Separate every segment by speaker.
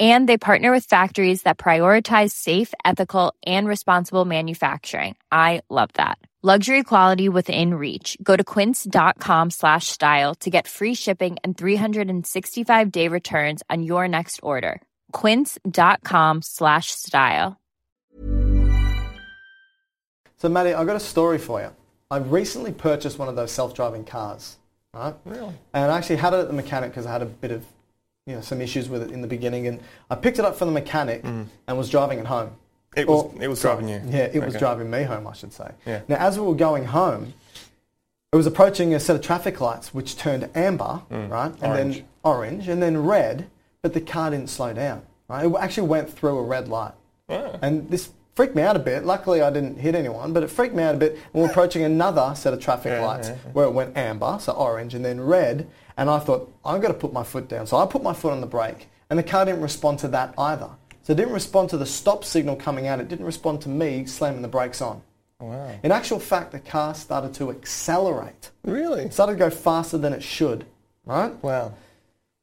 Speaker 1: And they partner with factories that prioritize safe, ethical, and responsible manufacturing. I love that. Luxury quality within reach. Go to quince.com slash style to get free shipping and 365 day returns on your next order. Quince.com slash style.
Speaker 2: So, Maddie, I've got a story for you. I recently purchased one of those self-driving cars, right? Really? And I actually had it at the mechanic because I had a bit of, you know, some issues with it in the beginning. And I picked it up from the mechanic and was driving it home.
Speaker 3: Mm. It was-
Speaker 2: Or-
Speaker 3: it was driving you?
Speaker 2: Yeah, it was
Speaker 3: Okay.
Speaker 2: driving me home, I should say.
Speaker 3: Yeah.
Speaker 2: Now, as we were going home, it was approaching a set of traffic lights which turned amber, right? And
Speaker 3: Orange.
Speaker 2: then orange, and then red, but the car didn't slow down, right? It actually went through a red light. And this freaked me out a bit. Luckily, I didn't hit anyone, but it freaked me out a bit. And we're approaching another set of traffic lights where it went amber, so orange, and then red. And I thought, I'm going to put my foot down. So I put my foot on the brake, and the car didn't respond to that either. So it didn't respond to the stop signal coming out. It didn't respond to me slamming the brakes on.
Speaker 3: Oh,
Speaker 2: Wow. In actual fact, the car started to accelerate.
Speaker 3: Really?
Speaker 2: It started to go faster than it should, right?
Speaker 3: Wow.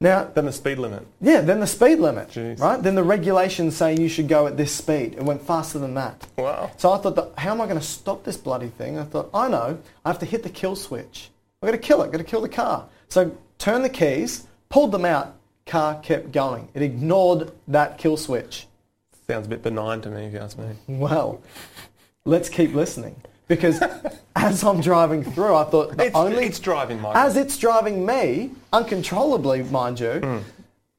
Speaker 2: Now,
Speaker 3: Then the speed limit.
Speaker 2: yeah, then the speed limit,
Speaker 3: Jeez.
Speaker 2: right? Then the regulations say you should go at this speed. It went faster than that.
Speaker 3: Wow.
Speaker 2: So I thought, that, how am I going to stop this bloody thing? I thought, I know, I have to hit the kill switch. I've got to kill it, got to kill the car. So turn the keys, pulled them out, car kept going. It ignored that kill switch.
Speaker 3: Sounds a bit benign to me, if you ask me.
Speaker 2: Well, let's keep listening because as I'm driving through, I thought the
Speaker 3: It's-
Speaker 2: only
Speaker 3: it's driving, Michael.
Speaker 2: As it's driving me uncontrollably, mind you,
Speaker 3: Hmm.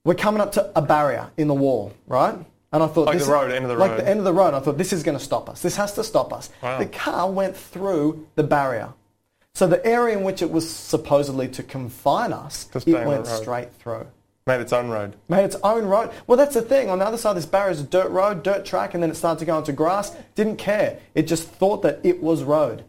Speaker 2: we're coming up to a barrier in the wall, right? And I thought
Speaker 3: Like
Speaker 2: this
Speaker 3: the road, end of the
Speaker 2: like
Speaker 3: road.
Speaker 2: the end of the road. I thought this is going to stop us. This has to stop us.
Speaker 3: Wow.
Speaker 2: The car went through the barrier. So the area in which it was supposedly to confine us,
Speaker 3: To stay on
Speaker 2: it
Speaker 3: the
Speaker 2: went
Speaker 3: road.
Speaker 2: straight through.
Speaker 3: Made its own road.
Speaker 2: Made its own road. Well, that's the thing. On the other side of this barrier is a dirt road, dirt track, and then it started to go into grass. Didn't care. It just thought that it was road.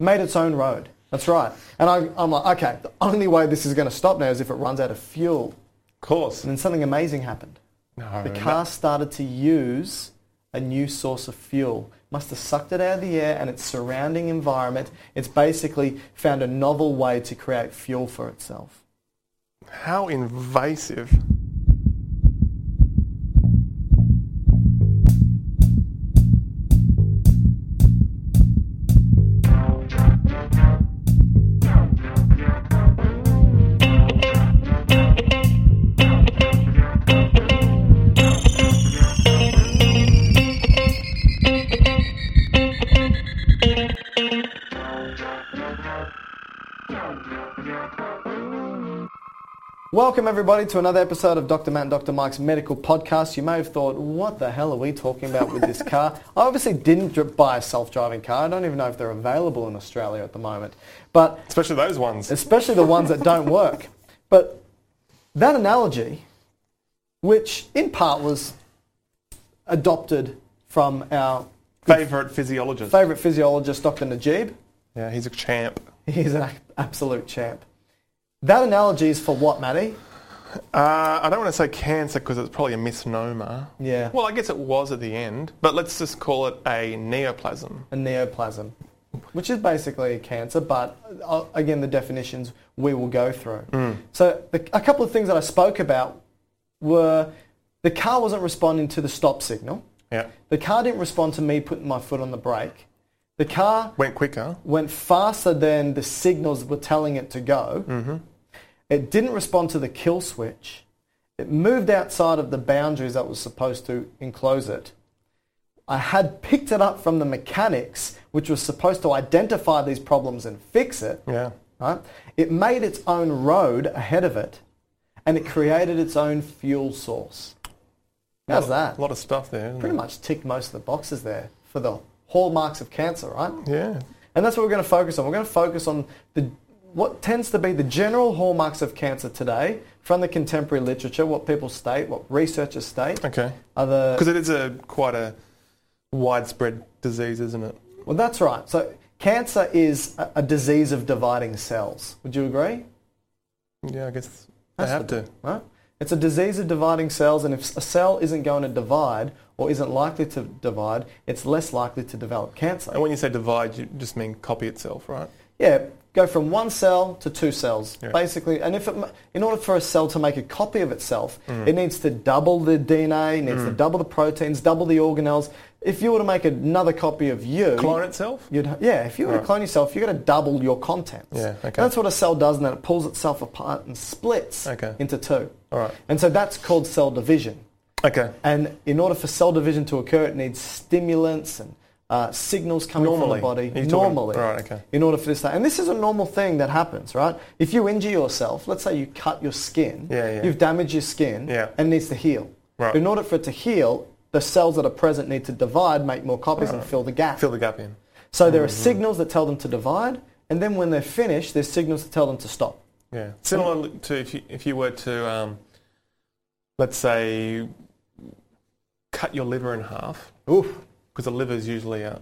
Speaker 2: Made its own road. That's right. And I, I'm like, okay, the only way this is going to stop now is if it runs out of fuel.
Speaker 3: Of course.
Speaker 2: And then something amazing happened.
Speaker 3: No,
Speaker 2: The car started to use a new source of fuel. Must have sucked it out of the air and its surrounding environment. It's basically found a novel way to create fuel for itself.
Speaker 3: How invasive.
Speaker 2: Welcome, everybody, to another episode of Dr. Matt and Dr. Mike's medical podcast. You may have thought, what the hell are we talking about with this car? I obviously didn't dri- buy a self driving car. I don't even know if they're available in Australia at the moment, but
Speaker 3: Especially those ones.
Speaker 2: especially the ones that don't work. But that analogy, which in part was adopted from our
Speaker 3: Favourite physiologist.
Speaker 2: favourite physiologist, Dr. Najib,
Speaker 3: Yeah, he's a champ.
Speaker 2: He's an a- absolute champ. That analogy is for what, Matty?
Speaker 3: Uh, I don't want to say cancer because it's probably a misnomer.
Speaker 2: Yeah.
Speaker 3: Well, I guess it was at the end, but let's just call it a neoplasm.
Speaker 2: A neoplasm, which is basically a cancer, but uh, again, the definitions we will go through. So, the, a couple of things that I spoke about were the car wasn't responding to the stop signal.
Speaker 3: Yeah.
Speaker 2: The car didn't respond to me putting my foot on the brake. The car
Speaker 3: Went quicker.
Speaker 2: went faster than the signals were telling it to go.
Speaker 3: Mm-hmm.
Speaker 2: It didn't respond to the kill switch. It moved outside of the boundaries that was supposed to enclose it. I had picked it up from the mechanics, which was supposed to identify these problems and fix it.
Speaker 3: Yeah.
Speaker 2: Right? It made its own road ahead of it, and it created its own fuel source. How's that?
Speaker 3: A lot of stuff there. isn't
Speaker 2: Pretty
Speaker 3: it?
Speaker 2: much ticked most of the boxes there for the hallmarks of cancer, right?
Speaker 3: Yeah.
Speaker 2: And that's what we're going to focus on. We're going to focus on the what tends to be the general hallmarks of cancer today from the contemporary literature, what people state, what researchers state.
Speaker 3: Okay.
Speaker 2: Are the
Speaker 3: Because it is a quite a widespread disease, isn't it?
Speaker 2: Well, that's right. So cancer is a, a disease of dividing cells. Would you agree?
Speaker 3: Yeah, I guess they have to.
Speaker 2: Right? It's a disease of dividing cells, and if a cell isn't going to divide or isn't likely to divide, it's less likely to develop cancer.
Speaker 3: And when you say divide, you just mean copy itself, right?
Speaker 2: Yeah, go from one cell to two cells, basically. And if it, ma- in order for a cell to make a copy of itself,
Speaker 3: Mm.
Speaker 2: it needs to double the DNA, it needs to double the proteins, double the organelles. If you were to make another copy of you,
Speaker 3: Clone itself?
Speaker 2: You'd, yeah, if you were to clone yourself, you've got to double your contents.
Speaker 3: Yeah, okay.
Speaker 2: And that's what a cell does, and then it pulls itself apart and splits
Speaker 3: Okay.
Speaker 2: into two.
Speaker 3: All right.
Speaker 2: And so that's called cell division.
Speaker 3: Okay.
Speaker 2: And in order for cell division to occur, it needs stimulants and uh, signals coming from
Speaker 3: Normally.
Speaker 2: the body
Speaker 3: You're talking-
Speaker 2: normally.
Speaker 3: right, okay.
Speaker 2: In order for this, to, and this is a normal thing that happens, right? If you injure yourself, let's say you cut your skin,
Speaker 3: Yeah, yeah.
Speaker 2: you've damaged your skin,
Speaker 3: Yeah.
Speaker 2: and it needs to heal.
Speaker 3: Right.
Speaker 2: In order for it to heal, the cells that are present need to divide, make more copies, and fill the gap.
Speaker 3: Fill the gap Mm-hmm. in.
Speaker 2: so there are signals that tell them to divide, and then when they're finished, there's signals that tell them to stop.
Speaker 3: Yeah. Similar to if you, if you were to, um, let's say, cut your liver in half,
Speaker 2: Oof.
Speaker 3: because the liver is usually a,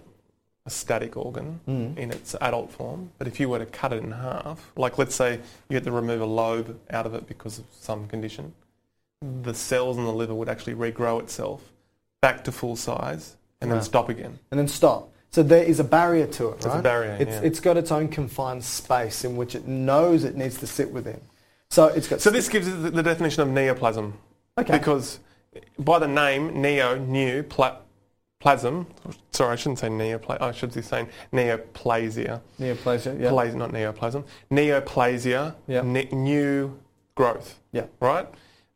Speaker 3: a static organ in its adult form. But if you were to cut it in half, like let's say you had to remove a lobe out of it because of some condition, the cells in the liver would actually regrow itself back to full size and
Speaker 2: Wow.
Speaker 3: then stop again.
Speaker 2: and then stop. So there is a barrier to it, right?
Speaker 3: a barrier,
Speaker 2: It's,
Speaker 3: yeah.
Speaker 2: it's got its own confined space in which it knows it needs to sit within. So it's got.
Speaker 3: So this gives us the the definition of neoplasm.
Speaker 2: Okay.
Speaker 3: Because by the name neo, new, pla- plasm. Sorry, I shouldn't say neoplasm. I should be saying neoplasia.
Speaker 2: neoplasia. Yeah.
Speaker 3: Plas- not neoplasm. Neoplasia.
Speaker 2: Yeah.
Speaker 3: ne- new growth.
Speaker 2: Yeah.
Speaker 3: Right.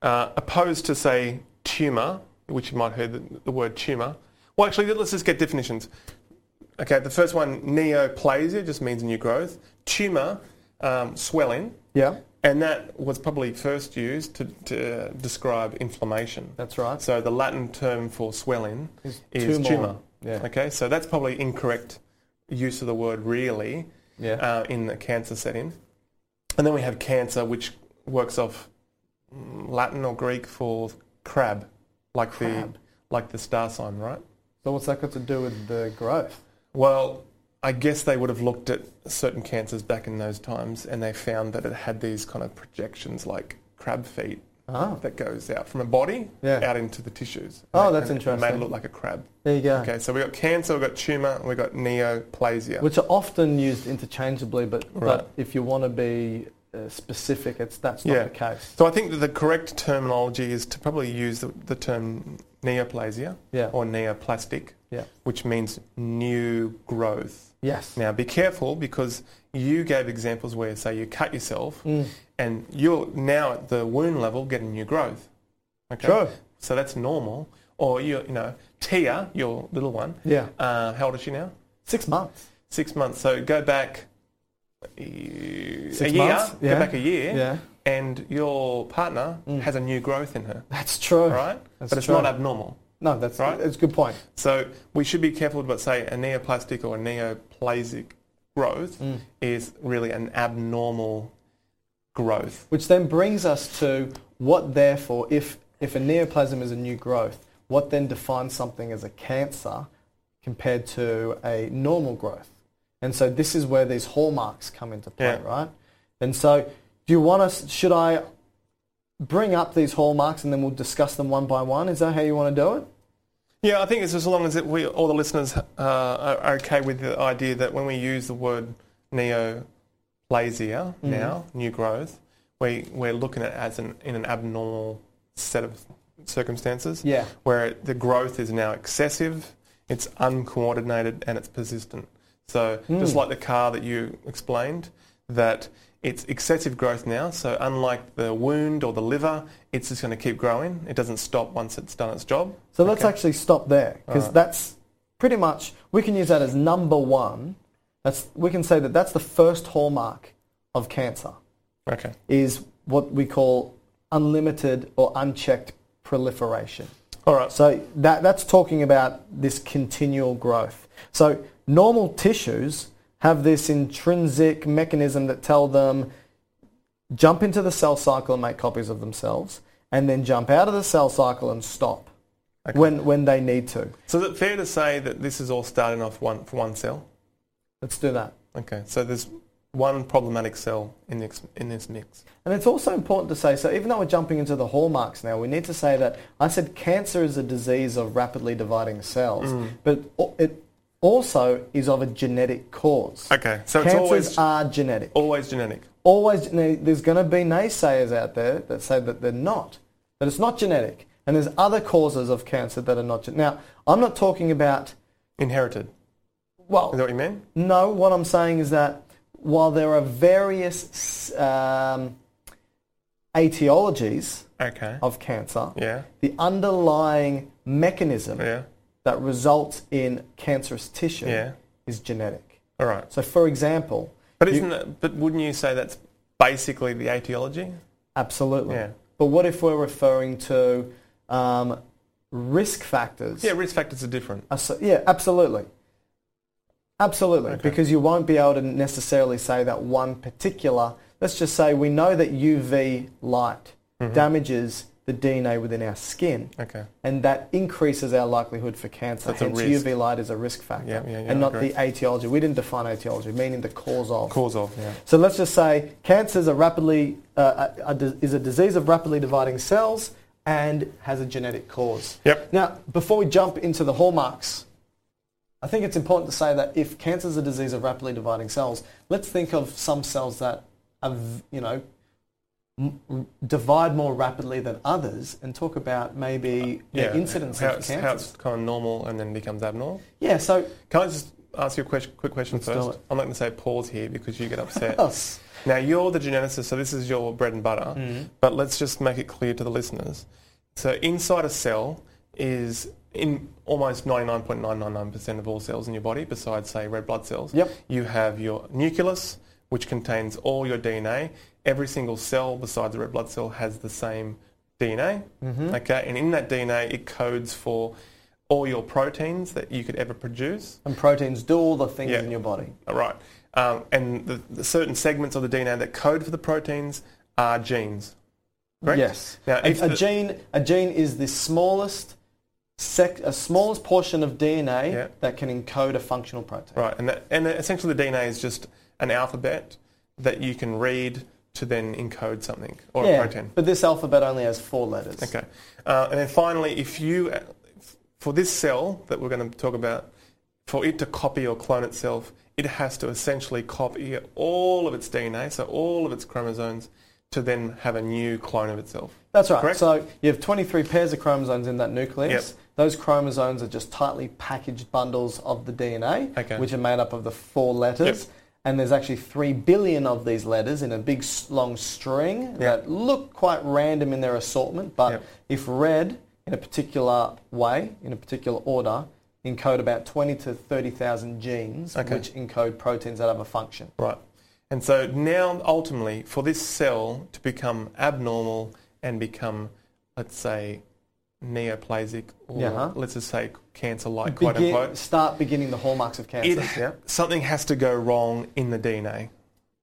Speaker 3: Uh, opposed to say tumor, which you might have heard the, the word tumor. Well, actually, let's just get definitions. Okay, the first one, neoplasia, just means new growth. Tumor, um, swelling.
Speaker 2: Yeah.
Speaker 3: And that was probably first used to, to describe inflammation.
Speaker 2: That's right.
Speaker 3: So the Latin term for swelling
Speaker 2: Is
Speaker 3: is,
Speaker 2: tumor.
Speaker 3: tumor.
Speaker 2: Yeah.
Speaker 3: Okay, so that's probably incorrect use of the word really
Speaker 2: Yeah.
Speaker 3: uh, in the cancer setting. And then we have cancer, which works off mm, Latin or Greek for crab, like
Speaker 2: Crab.
Speaker 3: the like the star sign, right?
Speaker 2: So what's that got to do with the growth?
Speaker 3: Well, I guess they would have looked at certain cancers back in those times, and they found that it had these kind of projections, like crab feet,
Speaker 2: Ah.
Speaker 3: that goes out from a body
Speaker 2: Yeah.
Speaker 3: out into the tissues.
Speaker 2: Oh,
Speaker 3: And-
Speaker 2: that's
Speaker 3: and Made
Speaker 2: interesting.
Speaker 3: it look like a crab.
Speaker 2: There you go.
Speaker 3: Okay, so we got cancer, we got tumor, we got neoplasia.
Speaker 2: Which are often used interchangeably, but,
Speaker 3: Right.
Speaker 2: but if you want to be uh, specific, it's that's not
Speaker 3: yeah.
Speaker 2: the case.
Speaker 3: So I think that the correct terminology is to probably use the, the term neoplasia
Speaker 2: Yeah.
Speaker 3: or neoplastic,
Speaker 2: Yeah.
Speaker 3: which means new growth.
Speaker 2: Yes.
Speaker 3: Now, be careful because you gave examples where, say, you cut yourself
Speaker 2: Mm.
Speaker 3: and you're now at the wound level getting new growth. Okay?
Speaker 2: Sure.
Speaker 3: So that's normal. Or, you, you know, Tia, your little one,
Speaker 2: Yeah.
Speaker 3: uh, how old is she now?
Speaker 2: Six months.
Speaker 3: Six months. So go back eh, a
Speaker 2: Six
Speaker 3: year.
Speaker 2: months, yeah.
Speaker 3: Go back a year.
Speaker 2: Yeah.
Speaker 3: And your partner has a new growth in her,
Speaker 2: That's true.
Speaker 3: right?
Speaker 2: That's
Speaker 3: but it's
Speaker 2: true.
Speaker 3: not abnormal.
Speaker 2: No, that's right.
Speaker 3: Right.
Speaker 2: It's a good point.
Speaker 3: So we should be careful about say a neoplastic or a neoplasic growth is really an abnormal growth.
Speaker 2: Which then brings us to what therefore, if, if a neoplasm is a new growth, what then defines something as a cancer compared to a normal growth? And so this is where these hallmarks come into play,
Speaker 3: Yeah.
Speaker 2: right? And so do you want us, should I bring up these hallmarks and then we'll discuss them one by one? Is that how you want to do it?
Speaker 3: Yeah, I think it's as long as it, we, all the listeners uh, are are okay with the idea that when we use the word neoplasia
Speaker 2: Mm.
Speaker 3: now, new growth, we, we're looking at it as an, in an abnormal set of circumstances
Speaker 2: Yeah.
Speaker 3: where it, the growth is now excessive, it's uncoordinated, and it's persistent. So
Speaker 2: Mm.
Speaker 3: just like the car that you explained, that it's excessive growth now. So unlike the wound or the liver, it's just going to keep growing. It doesn't stop once it's done its job.
Speaker 2: So let's actually stop there because that's pretty much we can use that as number one. That's we can say that that's the first hallmark of cancer
Speaker 3: Okay.
Speaker 2: is what we call unlimited or unchecked proliferation.
Speaker 3: All right.
Speaker 2: So that that's talking about this continual growth. So normal tissues have this intrinsic mechanism that tell them jump into the cell cycle and make copies of themselves and then jump out of the cell cycle and stop when when they need to.
Speaker 3: So is it fair to say that this is all starting off one for one cell?
Speaker 2: Let's do that.
Speaker 3: Okay. So there's one problematic cell in this in this mix.
Speaker 2: And it's also important to say, so even though we're jumping into the hallmarks now, we need to say that I said cancer is a disease of rapidly dividing cells,
Speaker 3: Mm.
Speaker 2: but o- it also is of a genetic cause.
Speaker 3: Okay, so it's
Speaker 2: Cancers
Speaker 3: always-
Speaker 2: are genetic.
Speaker 3: Always genetic.
Speaker 2: Always, now, there's going to be naysayers out there that say that they're not, that it's not genetic. And there's other causes of cancer that are not genetic. Now, I'm not talking about,
Speaker 3: Inherited.
Speaker 2: well,
Speaker 3: Is that what you mean?
Speaker 2: no, what I'm saying is that while there are various um, etiologies,
Speaker 3: Okay.
Speaker 2: of cancer,
Speaker 3: Yeah.
Speaker 2: the underlying mechanism
Speaker 3: Yeah.
Speaker 2: that results in cancerous tissue
Speaker 3: Yeah.
Speaker 2: is genetic.
Speaker 3: All right.
Speaker 2: So, for example,
Speaker 3: But
Speaker 2: you-
Speaker 3: isn't that, but wouldn't you say that's basically the etiology?
Speaker 2: absolutely.
Speaker 3: Yeah.
Speaker 2: But what if we're referring to um, risk factors?
Speaker 3: Yeah, risk factors are different.
Speaker 2: Uh, so- yeah, absolutely. Absolutely, because you won't be able to necessarily say that one particular. Let's just say we know that UV light damages the DNA within our skin.
Speaker 3: Mm-hmm. Okay.
Speaker 2: and that increases our likelihood for cancer.
Speaker 3: That's a
Speaker 2: Hence,
Speaker 3: risk.
Speaker 2: UV light is a risk factor,
Speaker 3: Yeah, yeah, yeah,
Speaker 2: and not
Speaker 3: okay.
Speaker 2: the etiology. We didn't define etiology, meaning the cause of.
Speaker 3: Cause of, yeah.
Speaker 2: So let's just say cancer is a rapidly uh, a, a dis- is a disease of rapidly dividing cells and has a genetic cause.
Speaker 3: Yep.
Speaker 2: Now, before we jump into the hallmarks, I think it's important to say that if cancer is a disease of rapidly dividing cells, let's think of some cells that are, v- you know, m- divide more rapidly than others and talk about maybe the incidence
Speaker 3: how,
Speaker 2: of
Speaker 3: it's, how it's
Speaker 2: cancer.
Speaker 3: kind of normal and then becomes abnormal.
Speaker 2: Yeah, so
Speaker 3: Can I just ask you a question, quick question
Speaker 2: do
Speaker 3: first?
Speaker 2: it. Oh,
Speaker 3: I'm not going to say pause here because you get upset.
Speaker 2: us.
Speaker 3: Now, you're the geneticist, so this is your bread and butter, but let's just make it clear to the listeners. So, inside a cell is in almost 99.999% of all cells in your body, besides, say, red blood cells.
Speaker 2: Yep.
Speaker 3: You have your nucleus, which contains all your DNA. Every single cell, besides the red blood cell, has the same DNA. Okay, and in that DNA, it codes for all your proteins that you could ever produce.
Speaker 2: And proteins do all the things
Speaker 3: Yeah.
Speaker 2: in your body.
Speaker 3: All right. Um, and the, the certain segments of the DNA that code for the proteins are genes. Correct?
Speaker 2: Yes.
Speaker 3: Now,
Speaker 2: a,
Speaker 3: if
Speaker 2: a
Speaker 3: the-
Speaker 2: gene, a gene is the smallest, sec, a smallest portion of DNA
Speaker 3: Yeah.
Speaker 2: that can encode a functional protein.
Speaker 3: Right. And, that, and essentially the DNA is just an alphabet that you can read to then encode something or a protein.
Speaker 2: But this alphabet only has four letters.
Speaker 3: Okay. Uh, and then finally, if you, for this cell that we're going to talk about, for it to copy or clone itself, it has to essentially copy all of its DNA, so all of its chromosomes, to then have a new clone of itself.
Speaker 2: That's right.
Speaker 3: Correct?
Speaker 2: So you have 23 pairs of chromosomes in that nucleus.
Speaker 3: Yep.
Speaker 2: Those chromosomes are just tightly packaged bundles of the DNA,
Speaker 3: Okay.
Speaker 2: which are made up of the four letters.
Speaker 3: Yep.
Speaker 2: And there's actually three billion of these letters in a big s- long string that look quite random in their assortment, but
Speaker 3: Yep.
Speaker 2: if read in a particular way, in a particular order, encode about 20 to 30,000 genes,
Speaker 3: Okay.
Speaker 2: which encode proteins that have a function.
Speaker 3: Right. And so now, ultimately, for this cell to become abnormal and become, let's say, neoplasic or
Speaker 2: Yeah.
Speaker 3: let's just say cancer-like, quote
Speaker 2: Begin,
Speaker 3: unquote,
Speaker 2: start beginning the hallmarks of
Speaker 3: it,
Speaker 2: cancer.
Speaker 3: something has to go wrong in the DNA.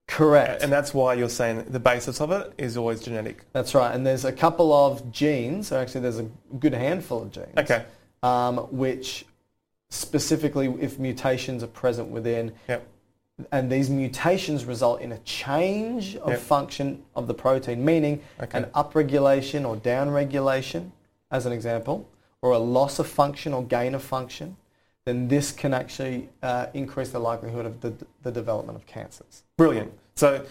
Speaker 2: Correct.
Speaker 3: And that's why you're saying the basis of it is always genetic.
Speaker 2: That's right, and there's a couple of genes, or actually there's a good handful of genes,
Speaker 3: Okay.
Speaker 2: um, which specifically, if mutations are present within,
Speaker 3: Yep.
Speaker 2: and these mutations result in a change of
Speaker 3: Yep.
Speaker 2: function of the protein, meaning
Speaker 3: Okay.
Speaker 2: an upregulation or downregulation, as an example, or a loss of function or gain of function, then this can actually uh, increase the likelihood of the, the development of cancers.
Speaker 3: Brilliant. So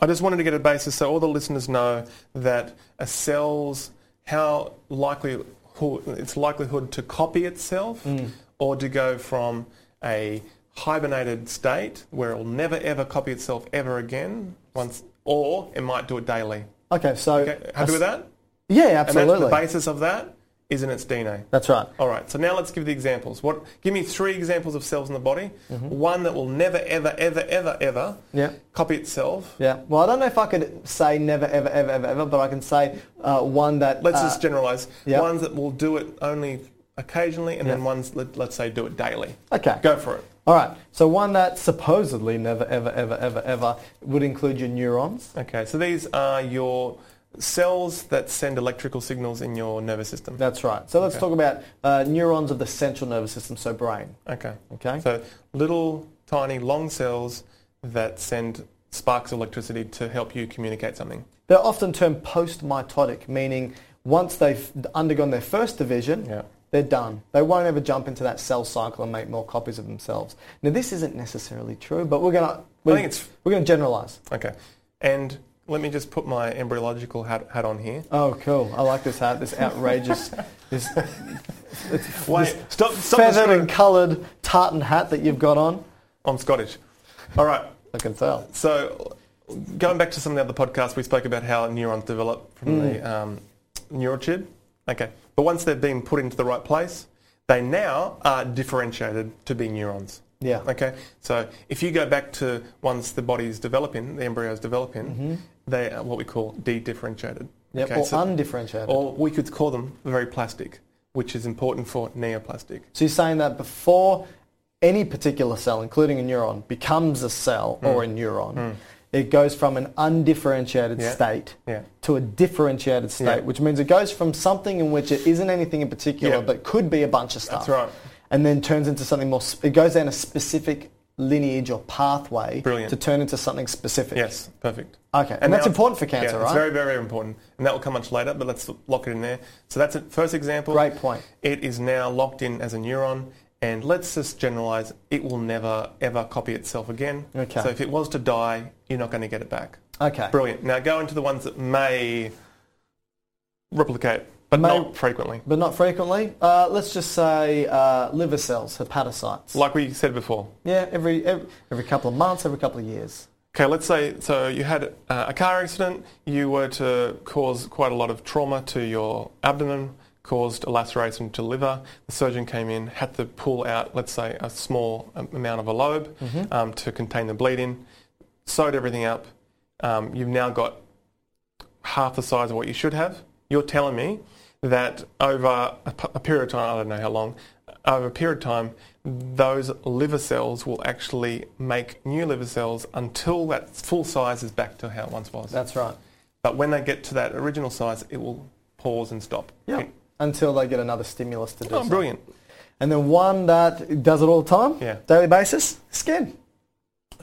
Speaker 3: I just wanted to get a basis so all the listeners know that a cell's how likely its likelihood to copy itself
Speaker 2: Mm.
Speaker 3: or to go from a hibernated state where it will never ever copy itself ever again once or it might do it daily.
Speaker 2: Okay, so
Speaker 3: Okay, happy with that?
Speaker 2: Yeah,
Speaker 3: And
Speaker 2: absolutely.
Speaker 3: that's the basis of that is in its DNA.
Speaker 2: That's right.
Speaker 3: All right. So now let's give the examples. What? Give me three examples of cells in the body. One that will never, ever, ever, ever, ever
Speaker 2: Mm-hmm. Yeah.
Speaker 3: copy itself.
Speaker 2: Yeah. Well, I don't know if I could say never, ever, ever, ever, ever, but I can say uh, one that.
Speaker 3: Let's
Speaker 2: uh,
Speaker 3: just generalize.
Speaker 2: yeah.
Speaker 3: Ones that will do it only occasionally, and then ones let, let's say do it daily.
Speaker 2: Okay.
Speaker 3: Go for it.
Speaker 2: All right. So one that supposedly never, ever, ever, ever, ever would include your neurons.
Speaker 3: Okay. So these are your cells that send electrical signals in your nervous system.
Speaker 2: That's right. So let's talk about uh, neurons of the central nervous system, so brain.
Speaker 3: Okay.
Speaker 2: Okay.
Speaker 3: So little tiny long cells that send sparks of electricity to help you communicate something.
Speaker 2: They're often termed post-mitotic, meaning once they've undergone their first division,
Speaker 3: Yeah.
Speaker 2: they're done. They won't ever jump into that cell cycle and make more copies of themselves. Now, this isn't necessarily true, but we're going to
Speaker 3: I think it's-
Speaker 2: we're going to generalize.
Speaker 3: Okay. And let me just put my embryological hat, hat on here.
Speaker 2: Oh, cool! I like this hat. This outrageous, this
Speaker 3: Wait, stop, stop
Speaker 2: feathered and
Speaker 3: describing.
Speaker 2: coloured tartan hat that you've got on.
Speaker 3: I'm Scottish. All right.
Speaker 2: I can tell.
Speaker 3: So going back to some of the other podcasts, we spoke about how neurons develop from
Speaker 2: Mm.
Speaker 3: the um, neural tube. Okay. But once they've been put into the right place, they now are differentiated to be neurons.
Speaker 2: Yeah.
Speaker 3: Okay. So if you go back to once the body's developing, the embryo's developing, they are what we call de-differentiated.
Speaker 2: Mm-hmm. Yep,
Speaker 3: Okay,
Speaker 2: or
Speaker 3: so-
Speaker 2: undifferentiated.
Speaker 3: Or we could call them very plastic, which is important for neoplastic.
Speaker 2: So you're saying that before any particular cell, including a neuron, becomes a cell or a neuron, it goes from an undifferentiated
Speaker 3: Hmm. Yeah.
Speaker 2: state
Speaker 3: Yeah.
Speaker 2: to a differentiated state,
Speaker 3: Yeah.
Speaker 2: which means it goes from something in which it isn't anything in particular,
Speaker 3: Yeah.
Speaker 2: but could be a bunch of stuff.
Speaker 3: That's right.
Speaker 2: And then turns into something more, sp- it goes down a specific lineage or pathway
Speaker 3: Brilliant.
Speaker 2: to turn into something specific.
Speaker 3: Yes, perfect.
Speaker 2: Okay, and that's
Speaker 3: now-
Speaker 2: important for cancer, right?
Speaker 3: yeah, It's very, very important, and that will come much later. But let's lock it in there. So that's a first example.
Speaker 2: Great point.
Speaker 3: It is now locked in as a neuron, and let's just generalize. It will never ever copy itself again.
Speaker 2: Okay.
Speaker 3: So if it was to die, you're not going to get it back.
Speaker 2: Okay.
Speaker 3: Brilliant. Now go into the ones that may replicate, but
Speaker 2: May-
Speaker 3: not frequently.
Speaker 2: But not frequently. Uh, let's just say uh, liver cells, hepatocytes.
Speaker 3: Like we said before.
Speaker 2: Yeah, every, every every couple of months, every couple of years.
Speaker 3: Okay, let's say so you had uh, a car accident, you were to cause quite a lot of trauma to your abdomen, caused a laceration to liver. The surgeon came in, had to pull out, let's say, a small um, amount of a lobe um, to contain the bleeding, sewed everything up. Um, you've now got half the size of what you should have. You're telling me that over a, p- a period of time, I don't know how long, over a period of time, those liver cells will actually make new liver cells until that full size is back to how it once was.
Speaker 2: That's right.
Speaker 3: but when they get to that original size, it will pause and stop. Okay.
Speaker 2: Until they get another stimulus to do.
Speaker 3: Oh,
Speaker 2: something.
Speaker 3: brilliant.
Speaker 2: And then one that does it all the time.
Speaker 3: Yeah.
Speaker 2: Daily basis. Skin.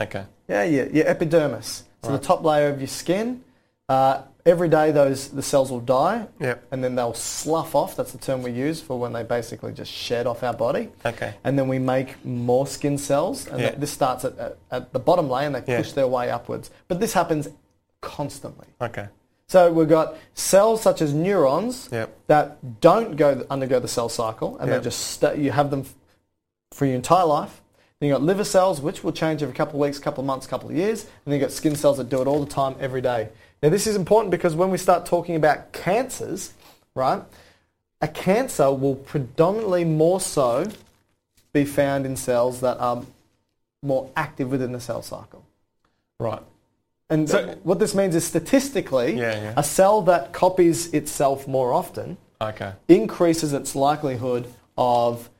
Speaker 3: Okay.
Speaker 2: Yeah, yeah, your epidermis. So the top layer of your skin. Uh, every day, those the cells will die.
Speaker 3: Yep.
Speaker 2: And then they'll slough off. That's the term we use for when they basically just shed off our body.
Speaker 3: Okay.
Speaker 2: And then we make more skin cells. And
Speaker 3: Yeah.
Speaker 2: that, this starts at, at, at the bottom layer, and they
Speaker 3: Yeah.
Speaker 2: push their way upwards. But this happens constantly.
Speaker 3: Okay.
Speaker 2: So we've got cells such as neurons
Speaker 3: Yep.
Speaker 2: that don't go undergo the cell cycle, and
Speaker 3: Yep.
Speaker 2: they just sta you have them f- for your entire life. Then you've got liver cells, which will change every couple of weeks, couple of months, couple of years. And then you've got skin cells that do it all the time, every day. Now, this is important because when we start talking about cancers, right, a cancer will predominantly more so be found in cells that are more active within the cell cycle.
Speaker 3: Right.
Speaker 2: And
Speaker 3: So-
Speaker 2: what this means is statistically,
Speaker 3: Yeah, yeah.
Speaker 2: a cell that copies itself more often
Speaker 3: Okay.
Speaker 2: increases its likelihood of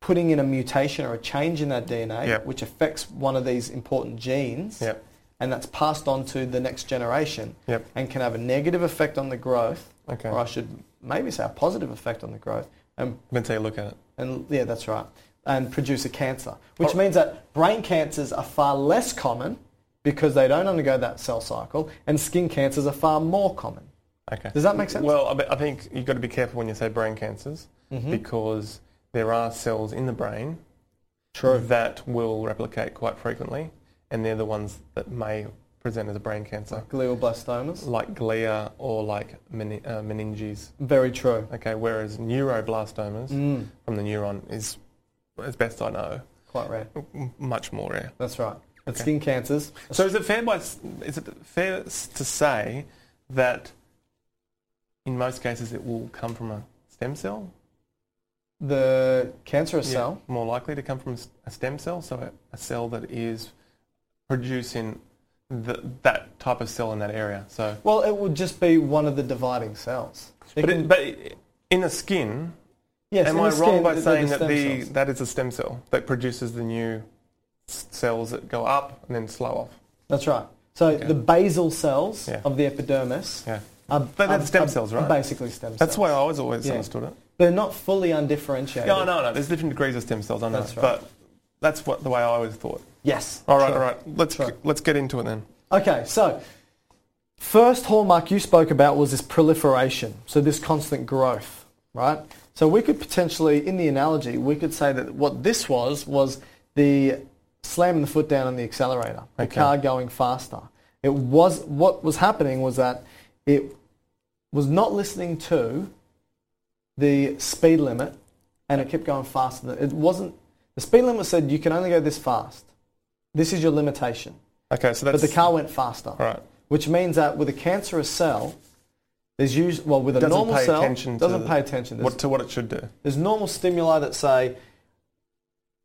Speaker 2: putting in a mutation or a change in that DNA,
Speaker 3: Yeah.
Speaker 2: which affects one of these important genes,
Speaker 3: Yeah.
Speaker 2: and that's passed on to the next generation,
Speaker 3: Yep.
Speaker 2: and can have a negative effect on the growth,
Speaker 3: Okay.
Speaker 2: or I should maybe say a positive effect on the growth, and
Speaker 3: Until you look at it.
Speaker 2: and yeah, that's right. and produce a cancer, which means that brain cancers are far less common because they don't undergo that cell cycle, and skin cancers are far more common.
Speaker 3: Okay.
Speaker 2: Does that make sense?
Speaker 3: Well, I be- I think you've got to be careful when you say brain cancers
Speaker 2: Mm-hmm.
Speaker 3: because there are cells in the brain that will replicate quite frequently, and they're the ones that may present as a brain cancer,
Speaker 2: Glioblastomas.
Speaker 3: like glia or like menin- uh, meninges.
Speaker 2: Very true.
Speaker 3: Okay, whereas neuroblastomas
Speaker 2: Mm.
Speaker 3: from the neuron is, as best I know,
Speaker 2: Quite rare.
Speaker 3: m- much more rare.
Speaker 2: That's right. But skin cancers,
Speaker 3: So is it fair by, s- is it fair s- to say that in most cases it will come from a stem cell?
Speaker 2: the cancerous
Speaker 3: Yeah,
Speaker 2: cell,
Speaker 3: more likely to come from s- a stem cell, so a, a cell that is producing the, that type of cell in that area. So,
Speaker 2: well, it would just be one of the dividing cells. They
Speaker 3: but,
Speaker 2: can-
Speaker 3: it, but it- in the skin,
Speaker 2: yes,
Speaker 3: am
Speaker 2: in
Speaker 3: I
Speaker 2: the
Speaker 3: wrong
Speaker 2: skin,
Speaker 3: by
Speaker 2: they're
Speaker 3: saying that
Speaker 2: stem
Speaker 3: the
Speaker 2: cells.
Speaker 3: that is a stem cell that produces the new s- cells that go up and then slow off?
Speaker 2: That's right. So the basal cells
Speaker 3: Yeah.
Speaker 2: of the epidermis
Speaker 3: Yeah.
Speaker 2: are,
Speaker 3: But that's
Speaker 2: are-
Speaker 3: stem
Speaker 2: are-
Speaker 3: cells,
Speaker 2: are
Speaker 3: right?
Speaker 2: basically stem cells.
Speaker 3: That's why I always always
Speaker 2: Yeah.
Speaker 3: understood it.
Speaker 2: They're not fully undifferentiated.
Speaker 3: No, no, no. There's different degrees of stem cells. I know,
Speaker 2: That's right.
Speaker 3: but that's what the way I always thought.
Speaker 2: Yes.
Speaker 3: All right,
Speaker 2: Sure.
Speaker 3: all right. Let's
Speaker 2: Sure.
Speaker 3: let's get into it then.
Speaker 2: Okay, so first hallmark you spoke about was this proliferation, so this constant growth, right? So we could potentially, in the analogy, we could say that what this was was the slamming the foot down on the accelerator, the
Speaker 3: Okay.
Speaker 2: car going faster. It was what was happening was that it was not listening to the speed limit, and it kept going faster. than- It wasn't. The speed limit said you can only go this fast. This is your limitation
Speaker 3: Okay, so
Speaker 2: but
Speaker 3: that's
Speaker 2: the car went faster.
Speaker 3: Right.
Speaker 2: Which means that with a cancerous cell, there's usually well with a
Speaker 3: doesn't
Speaker 2: normal
Speaker 3: pay
Speaker 2: cell
Speaker 3: attention to
Speaker 2: doesn't
Speaker 3: the-
Speaker 2: pay attention. There's,
Speaker 3: what, to what it should do.
Speaker 2: there's normal stimuli that say,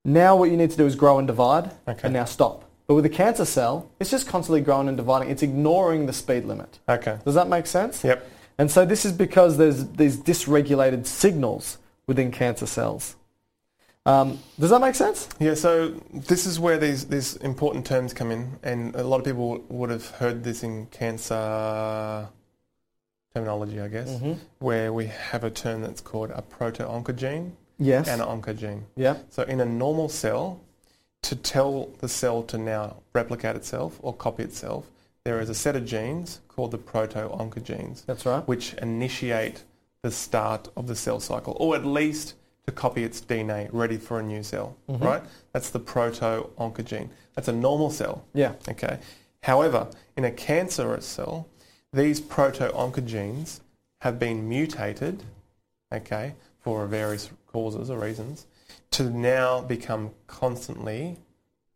Speaker 2: now what you need to do is grow and divide,
Speaker 3: Okay.
Speaker 2: and now stop. But with a cancer cell, it's just constantly growing and dividing. It's ignoring the speed limit.
Speaker 3: Okay.
Speaker 2: Does that make sense?
Speaker 3: Yep.
Speaker 2: And so this is because there's these dysregulated signals within cancer cells. Um, does that make sense?
Speaker 3: Yeah, so this is where these, these important terms come in, and a lot of people would have heard this in cancer terminology, I guess, where we have a term that's called a proto-oncogene
Speaker 2: Yes.
Speaker 3: and an oncogene.
Speaker 2: yeah.
Speaker 3: So in a normal cell, to tell the cell to now replicate itself or copy itself, there is a set of genes called the proto-oncogenes.
Speaker 2: That's right.
Speaker 3: Which initiate the start of the cell cycle, or at least to copy its DNA ready for a new cell,
Speaker 2: Mm-hmm.
Speaker 3: right? That's the proto-oncogene. That's a normal cell.
Speaker 2: Yeah.
Speaker 3: Okay. However, in a cancerous cell, these proto-oncogenes have been mutated, okay, for various causes or reasons, to now become constantly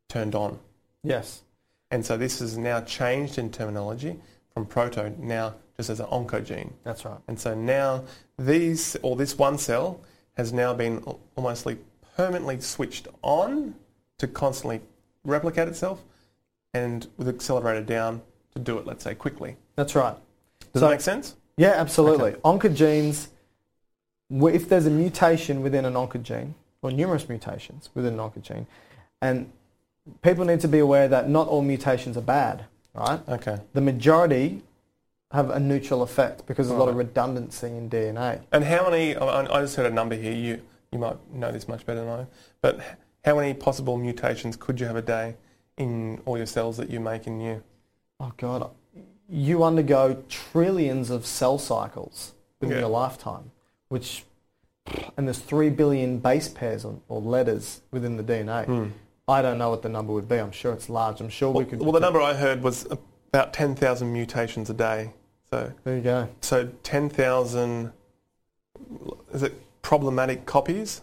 Speaker 3: turned on.
Speaker 2: Yes.
Speaker 3: And so this is now changed in terminology from proto now just as an oncogene.
Speaker 2: That's right.
Speaker 3: And so now these or this one cell has now been al- almostly permanently switched on to constantly replicate itself and with accelerator down to do it, let's say, quickly.
Speaker 2: That's right.
Speaker 3: Does
Speaker 2: So-
Speaker 3: that make sense?
Speaker 2: Yeah, absolutely. Oncogenes, wh- if there's a mutation within an oncogene, or numerous mutations within an oncogene, and people need to be aware that not all mutations are bad, right?
Speaker 3: Okay.
Speaker 2: The majority have a neutral effect because there's a lot of redundancy in DNA.
Speaker 3: And how many, I I just heard a number here, you, you might know this much better than I, but h- how many possible mutations could you have a day in all your cells that you make in you?
Speaker 2: Oh, God. You undergo trillions of cell cycles within
Speaker 3: Yeah.
Speaker 2: your lifetime, which, and there's 3 billion base pairs or, or letters within the DNA. I don't know what the number would be. I'm sure it's large. I'm sure we could.
Speaker 3: Hmm. Well, the number I heard was about 10,000 mutations a day. So,
Speaker 2: There you go.
Speaker 3: so 10,000, is it problematic copies?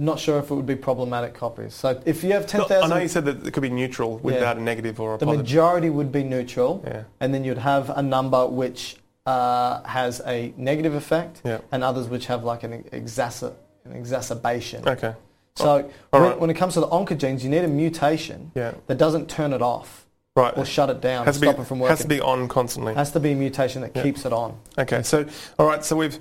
Speaker 2: Not sure if it would be problematic copies. So if you have
Speaker 3: I know you
Speaker 2: 10,000,
Speaker 3: said that it could be neutral without a negative or a
Speaker 2: the
Speaker 3: positive.
Speaker 2: majority would be neutral,
Speaker 3: Yeah.
Speaker 2: and then you'd have a number which uh, has a negative effect,
Speaker 3: Yeah.
Speaker 2: and others which have like an, exacer- an exacerbation.
Speaker 3: okay.
Speaker 2: So
Speaker 3: All
Speaker 2: when,
Speaker 3: right.
Speaker 2: when it comes to the oncogenes, you need a mutation
Speaker 3: Yeah.
Speaker 2: that doesn't turn it off
Speaker 3: Right.
Speaker 2: or shut it down,
Speaker 3: has to be,
Speaker 2: stop it from working.
Speaker 3: Has to be on constantly.
Speaker 2: Has to be a mutation that
Speaker 3: Yeah.
Speaker 2: keeps it on.
Speaker 3: Okay, so all right, so we've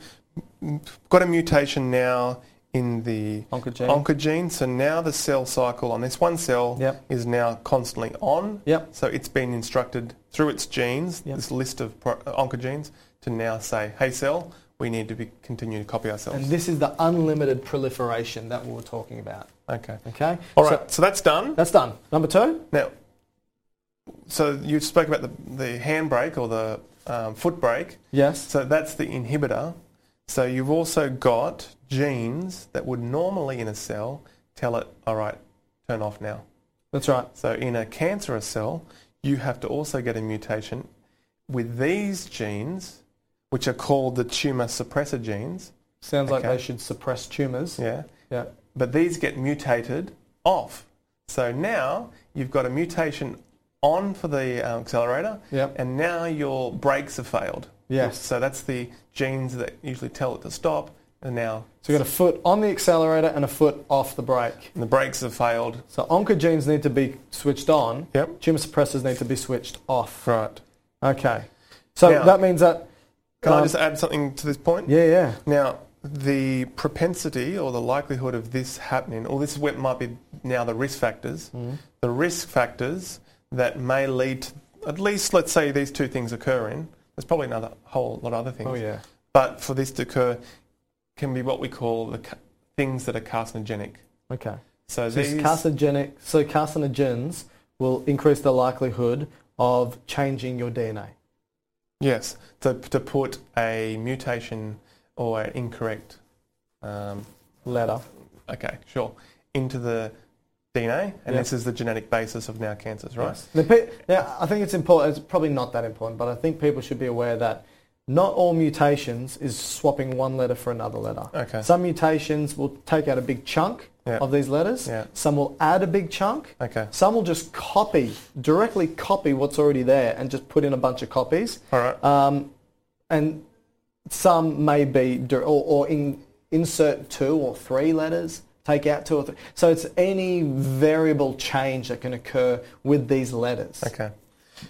Speaker 3: got a mutation now in the
Speaker 2: Oncogene.
Speaker 3: oncogene, So now the cell cycle on this one cell
Speaker 2: Yep.
Speaker 3: is now constantly on.
Speaker 2: Yep.
Speaker 3: So it's been instructed through its genes,
Speaker 2: Yep.
Speaker 3: this list of pro- oncogenes, to now say, "Hey, cell, we need to be continue to copy ourselves.
Speaker 2: And this is the unlimited proliferation that we were talking about.
Speaker 3: okay.
Speaker 2: Okay?
Speaker 3: All
Speaker 2: So
Speaker 3: right. So, that's done.
Speaker 2: that's done. Number two?
Speaker 3: now, so you spoke about the, the handbrake or the um, foot brake.
Speaker 2: Yes.
Speaker 3: So that's the inhibitor. So you've also got genes that would normally in a cell tell it, all right, turn off now.
Speaker 2: That's right.
Speaker 3: So in a cancerous cell, you have to also get a mutation with these genes, which are called the tumor suppressor genes.
Speaker 2: Sounds like
Speaker 3: Okay.
Speaker 2: they should suppress tumours.
Speaker 3: Yeah.
Speaker 2: Yeah.
Speaker 3: But these get mutated off. So now you've got a mutation on for the uh, accelerator,
Speaker 2: Yep.
Speaker 3: and now your brakes have failed.
Speaker 2: Yes.
Speaker 3: So that's the genes that usually tell it to stop, and now
Speaker 2: So you've got a foot on the accelerator and a foot off the brake.
Speaker 3: the brakes have failed.
Speaker 2: So oncogenes need to be switched on.
Speaker 3: Yep.
Speaker 2: Tumor suppressors need to be switched off.
Speaker 3: Right.
Speaker 2: Okay. So
Speaker 3: Now-
Speaker 2: that means that.
Speaker 3: Can I
Speaker 2: Um,
Speaker 3: just add something to this point?
Speaker 2: Yeah, yeah.
Speaker 3: Now, the propensity or the likelihood of this happening, or this is what might be now the risk factors,
Speaker 2: Mm-hmm.
Speaker 3: the risk factors that may lead to at least, let's say, these two things occurring. There's probably another whole lot of other things.
Speaker 2: Oh, yeah.
Speaker 3: But for this to occur, can be what we call the ca- things that are carcinogenic.
Speaker 2: Okay.
Speaker 3: So,
Speaker 2: So it's
Speaker 3: these,
Speaker 2: carcinogenic. So carcinogens will increase the likelihood of changing your DNA.
Speaker 3: yes, to, to put a mutation or an incorrect um,
Speaker 2: Letter.
Speaker 3: Okay, sure. Into the DNA, and
Speaker 2: Yeah.
Speaker 3: this is the genetic basis of now cancers, right?
Speaker 2: The pe- now, I think it's important. It's probably not that important, but I think people should be aware that not all mutations is swapping one letter for another letter.
Speaker 3: Okay.
Speaker 2: Some mutations will take out a big chunk
Speaker 3: Yeah.
Speaker 2: of these letters.
Speaker 3: Yeah.
Speaker 2: Some will add a big chunk.
Speaker 3: Okay.
Speaker 2: Some will just copy, directly copy what's already there and just put in a bunch of copies.
Speaker 3: All right.
Speaker 2: Um, and some may be, dir- or, or in, insert two or three letters, take out two or three. So it's any variable change that can occur with these letters.
Speaker 3: okay.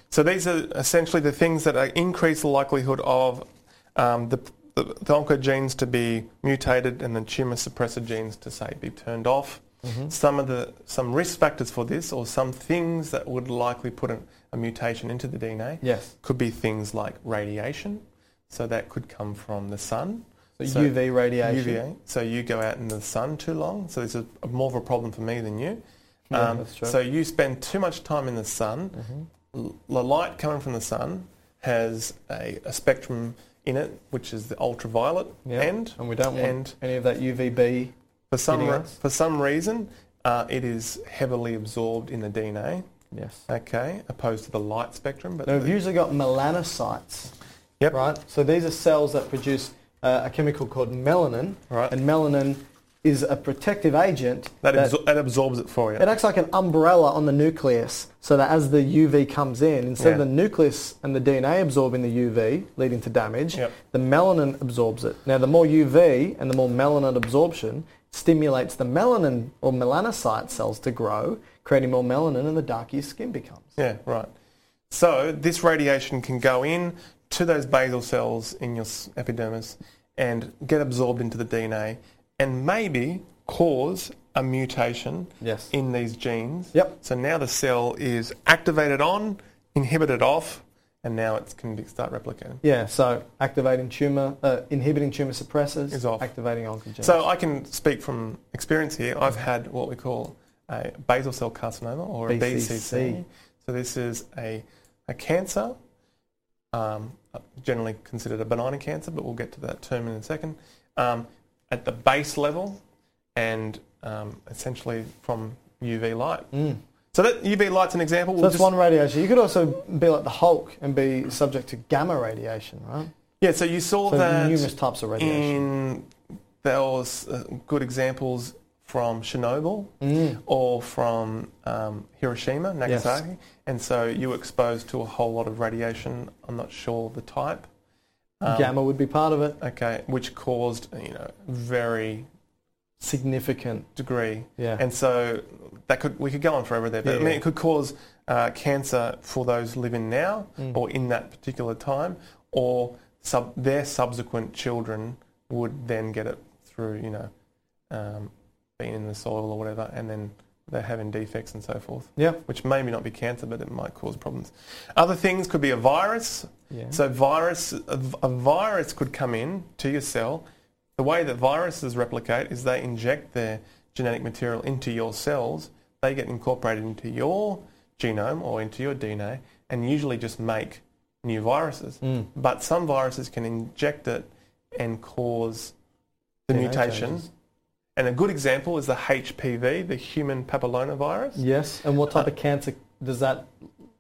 Speaker 3: So these are essentially the things that are increase the likelihood of um, the, the, the oncogenes to be mutated and the tumor suppressor genes to say be turned off.
Speaker 2: Mm-hmm.
Speaker 3: Some of the some risk factors for this, or some things that would likely put a, a mutation into the DNA,
Speaker 2: Yes.
Speaker 3: could be things like radiation. So that could come from the sun.
Speaker 2: So UV radiation.
Speaker 3: UVA. So you go out in the sun too long. So this is more of a problem for me than you. Um,
Speaker 2: Yeah, that's true. Mm-hmm.
Speaker 3: So you spend too much time in the sun. L- The light coming from the sun has a, a spectrum in it, which is the ultraviolet
Speaker 2: Yeah.
Speaker 3: end.
Speaker 2: and we don't want
Speaker 3: and
Speaker 2: any of that UVB.
Speaker 3: for some
Speaker 2: hitting
Speaker 3: re-
Speaker 2: us.
Speaker 3: for some reason, uh, it is heavily absorbed in the DNA.
Speaker 2: Yes.
Speaker 3: Okay, opposed to the light spectrum. But
Speaker 2: Now, we've
Speaker 3: the-
Speaker 2: usually got melanocytes,
Speaker 3: yep.
Speaker 2: right? So these are cells that produce uh, a chemical called melanin,
Speaker 3: Right.
Speaker 2: and melanin is a protective agent
Speaker 3: That, absor- that absorbs it for you.
Speaker 2: It acts like an umbrella on the nucleus, so that as the UV comes in, instead of
Speaker 3: Yeah.
Speaker 2: the nucleus and the DNA absorbing the UV, leading to damage,
Speaker 3: Yep.
Speaker 2: the melanin absorbs it. Now, the more UV and the more melanin absorption stimulates the melanin or melanocyte cells to grow, creating more melanin, and the darker your skin becomes.
Speaker 3: Yeah, right. So this radiation can go in to those basal cells in your s- epidermis and get absorbed into the DNA and maybe cause a mutation
Speaker 2: Yes.
Speaker 3: in these genes.
Speaker 2: Yep.
Speaker 3: So now the cell is activated on, inhibited off, and now it can be, start replicating.
Speaker 2: Yeah, so activating tumor, uh, inhibiting tumor suppressors,
Speaker 3: Is off.
Speaker 2: activating oncogenes.
Speaker 3: So I can speak from experience here. I've had what we call a basal cell carcinoma or a
Speaker 2: BCC.
Speaker 3: BCC. So this is a, a cancer, um, generally considered a benign cancer, but we'll get to that term in a second, um, at the base level and um, essentially from UV light. So that UV light's an example.
Speaker 2: Hmm. So
Speaker 3: We'll
Speaker 2: that's
Speaker 3: just-
Speaker 2: one radiation. You could also be like the Hulk and be subject to gamma radiation, right?
Speaker 3: Yeah, so you saw
Speaker 2: So
Speaker 3: that
Speaker 2: numerous types of radiation.
Speaker 3: in those uh, good examples from Chernobyl
Speaker 2: Mm.
Speaker 3: or from um, Hiroshima, Nagasaki, and so you were exposed to a whole lot of radiation. I'm not sure the type. Um,
Speaker 2: Gamma would be part of it.
Speaker 3: Okay, which caused you know very
Speaker 2: Significant.
Speaker 3: degree,
Speaker 2: Yeah.
Speaker 3: and so that could we could go on forever there, but
Speaker 2: Yeah,
Speaker 3: I mean
Speaker 2: yeah.
Speaker 3: it could cause uh, cancer for those living now
Speaker 2: Mm.
Speaker 3: or in that particular time, or sub- their subsequent children would then get it through you know um, being in the soil or whatever, and then they're having defects and so forth,
Speaker 2: yeah.
Speaker 3: which maybe not be cancer, but it might cause problems. Other things could be a virus. So virus, a, v- a virus could come in to your cell. The way that viruses replicate is they inject their genetic material into your cells. They get incorporated into your genome or into your DNA and usually just make new viruses.
Speaker 2: Mm.
Speaker 3: But some viruses can inject it and cause the
Speaker 2: DNA
Speaker 3: mutation.
Speaker 2: changes.
Speaker 3: And a good example is the HPV, the human papillomavirus
Speaker 2: Yes. And what
Speaker 3: uh,
Speaker 2: type of cancer does that?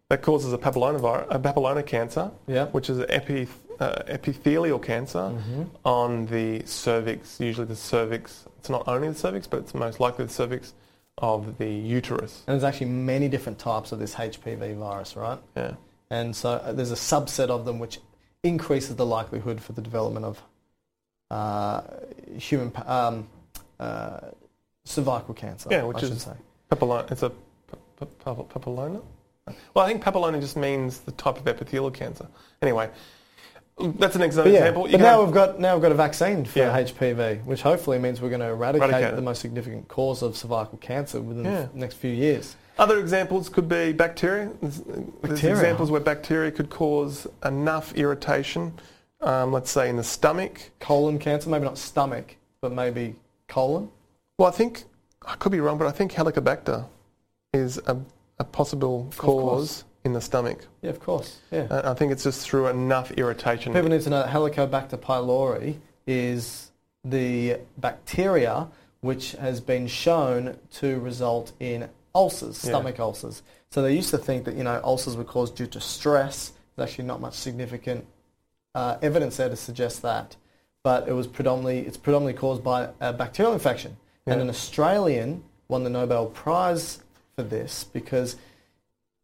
Speaker 3: that causes a papillona, a papillona cancer,
Speaker 2: Yeah.
Speaker 3: which is an epi, uh, epithelial cancer
Speaker 2: Mm-hmm.
Speaker 3: on the cervix, usually the cervix. It's not only the cervix, but it's most likely the cervix of the uterus.
Speaker 2: And there's actually many different types of this HPV virus, right?
Speaker 3: Yeah.
Speaker 2: And so uh, there's a subset of them which increases the likelihood for the development of uh, human pa- um, uh, cervical cancer.
Speaker 3: Yeah, which
Speaker 2: I should
Speaker 3: is
Speaker 2: say.
Speaker 3: papillona. It's a pa- pa- pa- papillona. Well, I think papillona just means the type of epithelial cancer. Anyway, that's an ex-
Speaker 2: But, yeah,
Speaker 3: example. You
Speaker 2: but
Speaker 3: can
Speaker 2: now
Speaker 3: have-
Speaker 2: we've got now we've got a vaccine for
Speaker 3: Yeah.
Speaker 2: HPV, which hopefully means we're going to eradicate
Speaker 3: Eradicate it.
Speaker 2: the most significant cause of cervical cancer within
Speaker 3: Yeah.
Speaker 2: the next few years.
Speaker 3: Other examples could be bacteria. There's, there's
Speaker 2: Bacteria.
Speaker 3: examples where bacteria could cause enough irritation, um, let's say in the stomach.
Speaker 2: Colon cancer, maybe not stomach, but maybe colon.
Speaker 3: Well, I think, I could be wrong, but I think Helicobacter is a, a possible
Speaker 2: course.
Speaker 3: cause in the stomach.
Speaker 2: Yeah, of course. Yeah.
Speaker 3: Uh, I think it's just through enough irritation.
Speaker 2: People need to know that Helicobacter pylori is the bacteria which has been shown to result in ulcers,
Speaker 3: Yeah.
Speaker 2: stomach ulcers. So they used to think that you know ulcers were caused due to stress. There's actually not much significant uh, evidence there to suggest that, but it was predominantly it's predominantly caused by a bacterial infection. And
Speaker 3: Yeah.
Speaker 2: an Australian won the Nobel Prize for this because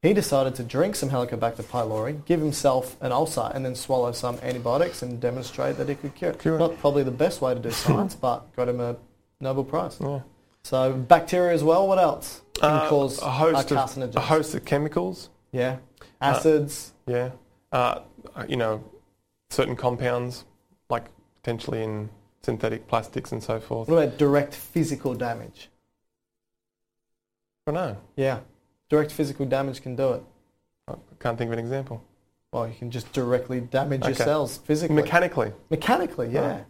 Speaker 2: he decided to drink some Helicobacter pylori, give himself an ulcer, and then swallow some antibiotics and demonstrate that he could cure it.
Speaker 3: Cure it.
Speaker 2: Not probably the best way to do science, but got him a Nobel Prize.
Speaker 3: Yeah.
Speaker 2: So bacteria as well. What else can
Speaker 3: Uh,
Speaker 2: cause
Speaker 3: a host
Speaker 2: uh, carcinogens?
Speaker 3: of, a host Uh, of chemicals.
Speaker 2: yeah, acids.
Speaker 3: Yeah. Uh, you know, certain compounds, like potentially in synthetic plastics and so forth. I
Speaker 2: what about direct physical damage?
Speaker 3: don't know.
Speaker 2: Yeah, direct physical damage can do it.
Speaker 3: I can't think of an example.
Speaker 2: Well, you can just directly damage your
Speaker 3: Okay. Uh.
Speaker 2: cells physically,
Speaker 3: Mechanically.
Speaker 2: mechanically. Yeah,
Speaker 3: Right.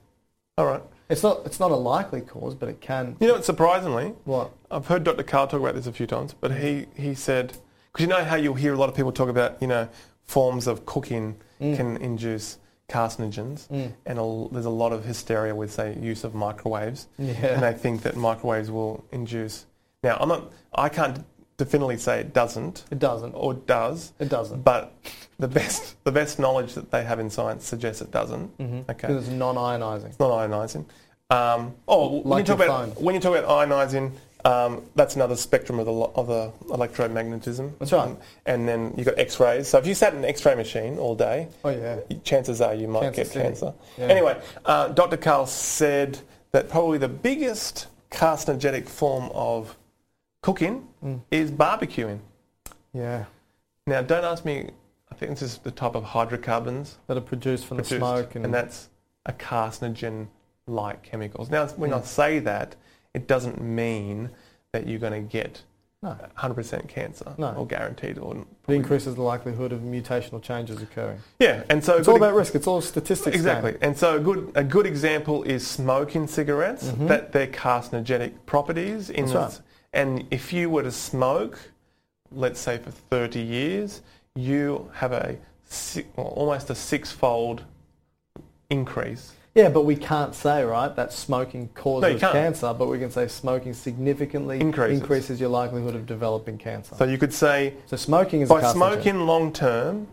Speaker 3: All right.
Speaker 2: it's not it's not a likely cause, but it can.
Speaker 3: You know, surprisingly,
Speaker 2: What?
Speaker 3: I've heard Dr. Carl talk about this a few times, but he, he said, because you know how you'll hear a lot of people talk about, you know, forms of cooking
Speaker 2: Mm.
Speaker 3: can induce carcinogens, and a l there's a lot of hysteria with, say, use of microwaves,
Speaker 2: Yeah.
Speaker 3: and they think that microwaves will induce. Now, I'm not, I can't definitively say it doesn't
Speaker 2: It doesn't.
Speaker 3: or does,
Speaker 2: It doesn't.
Speaker 3: but the best, the best knowledge that they have in science suggests it doesn't. Okay.
Speaker 2: Because Mm-hmm. it's non-ionizing.
Speaker 3: It's not ionizing. Um, oh, when you
Speaker 2: Like
Speaker 3: talk
Speaker 2: your
Speaker 3: about
Speaker 2: phone.
Speaker 3: when you talk about ionizing, um, that's another spectrum of the lo- of the electromagnetism.
Speaker 2: That's right.
Speaker 3: And, and then you have got X-rays. So if you sat in an X-ray machine all day,
Speaker 2: Oh yeah.
Speaker 3: chances are you might
Speaker 2: Cancer
Speaker 3: get
Speaker 2: City.
Speaker 3: cancer.
Speaker 2: Yeah.
Speaker 3: Anyway, uh, Dr. Carl said that probably the biggest carcinogenic form of cooking
Speaker 2: Mm.
Speaker 3: is barbecuing.
Speaker 2: Yeah.
Speaker 3: Now, don't ask me. I think this is the type of hydrocarbons
Speaker 2: That are produced from the
Speaker 3: produced,
Speaker 2: smoke and,
Speaker 3: that's a carcinogen like chemicals. Now, when I say that, it doesn't mean that you're going to get
Speaker 2: No.
Speaker 3: 100% cancer
Speaker 2: No.
Speaker 3: or guaranteed. Or
Speaker 2: it increases the likelihood of mutational changes occurring.
Speaker 3: yeah, and so
Speaker 2: It's all
Speaker 3: good-
Speaker 2: about risk. It's all statistics.
Speaker 3: exactly. And so a good a good example is smoking cigarettes. That their carcinogenic properties in
Speaker 2: Mm-hmm. That's
Speaker 3: this, and if you were to smoke, let's say for 30 years, you have a si- well, almost a six-fold increase
Speaker 2: Yeah, but we can't say right that smoking causes
Speaker 3: No, you can't.
Speaker 2: cancer, but we can say smoking significantly
Speaker 3: Increases.
Speaker 2: your likelihood of developing cancer.
Speaker 3: So you could say
Speaker 2: So smoking is a
Speaker 3: by
Speaker 2: carcinogen.
Speaker 3: smoking long term,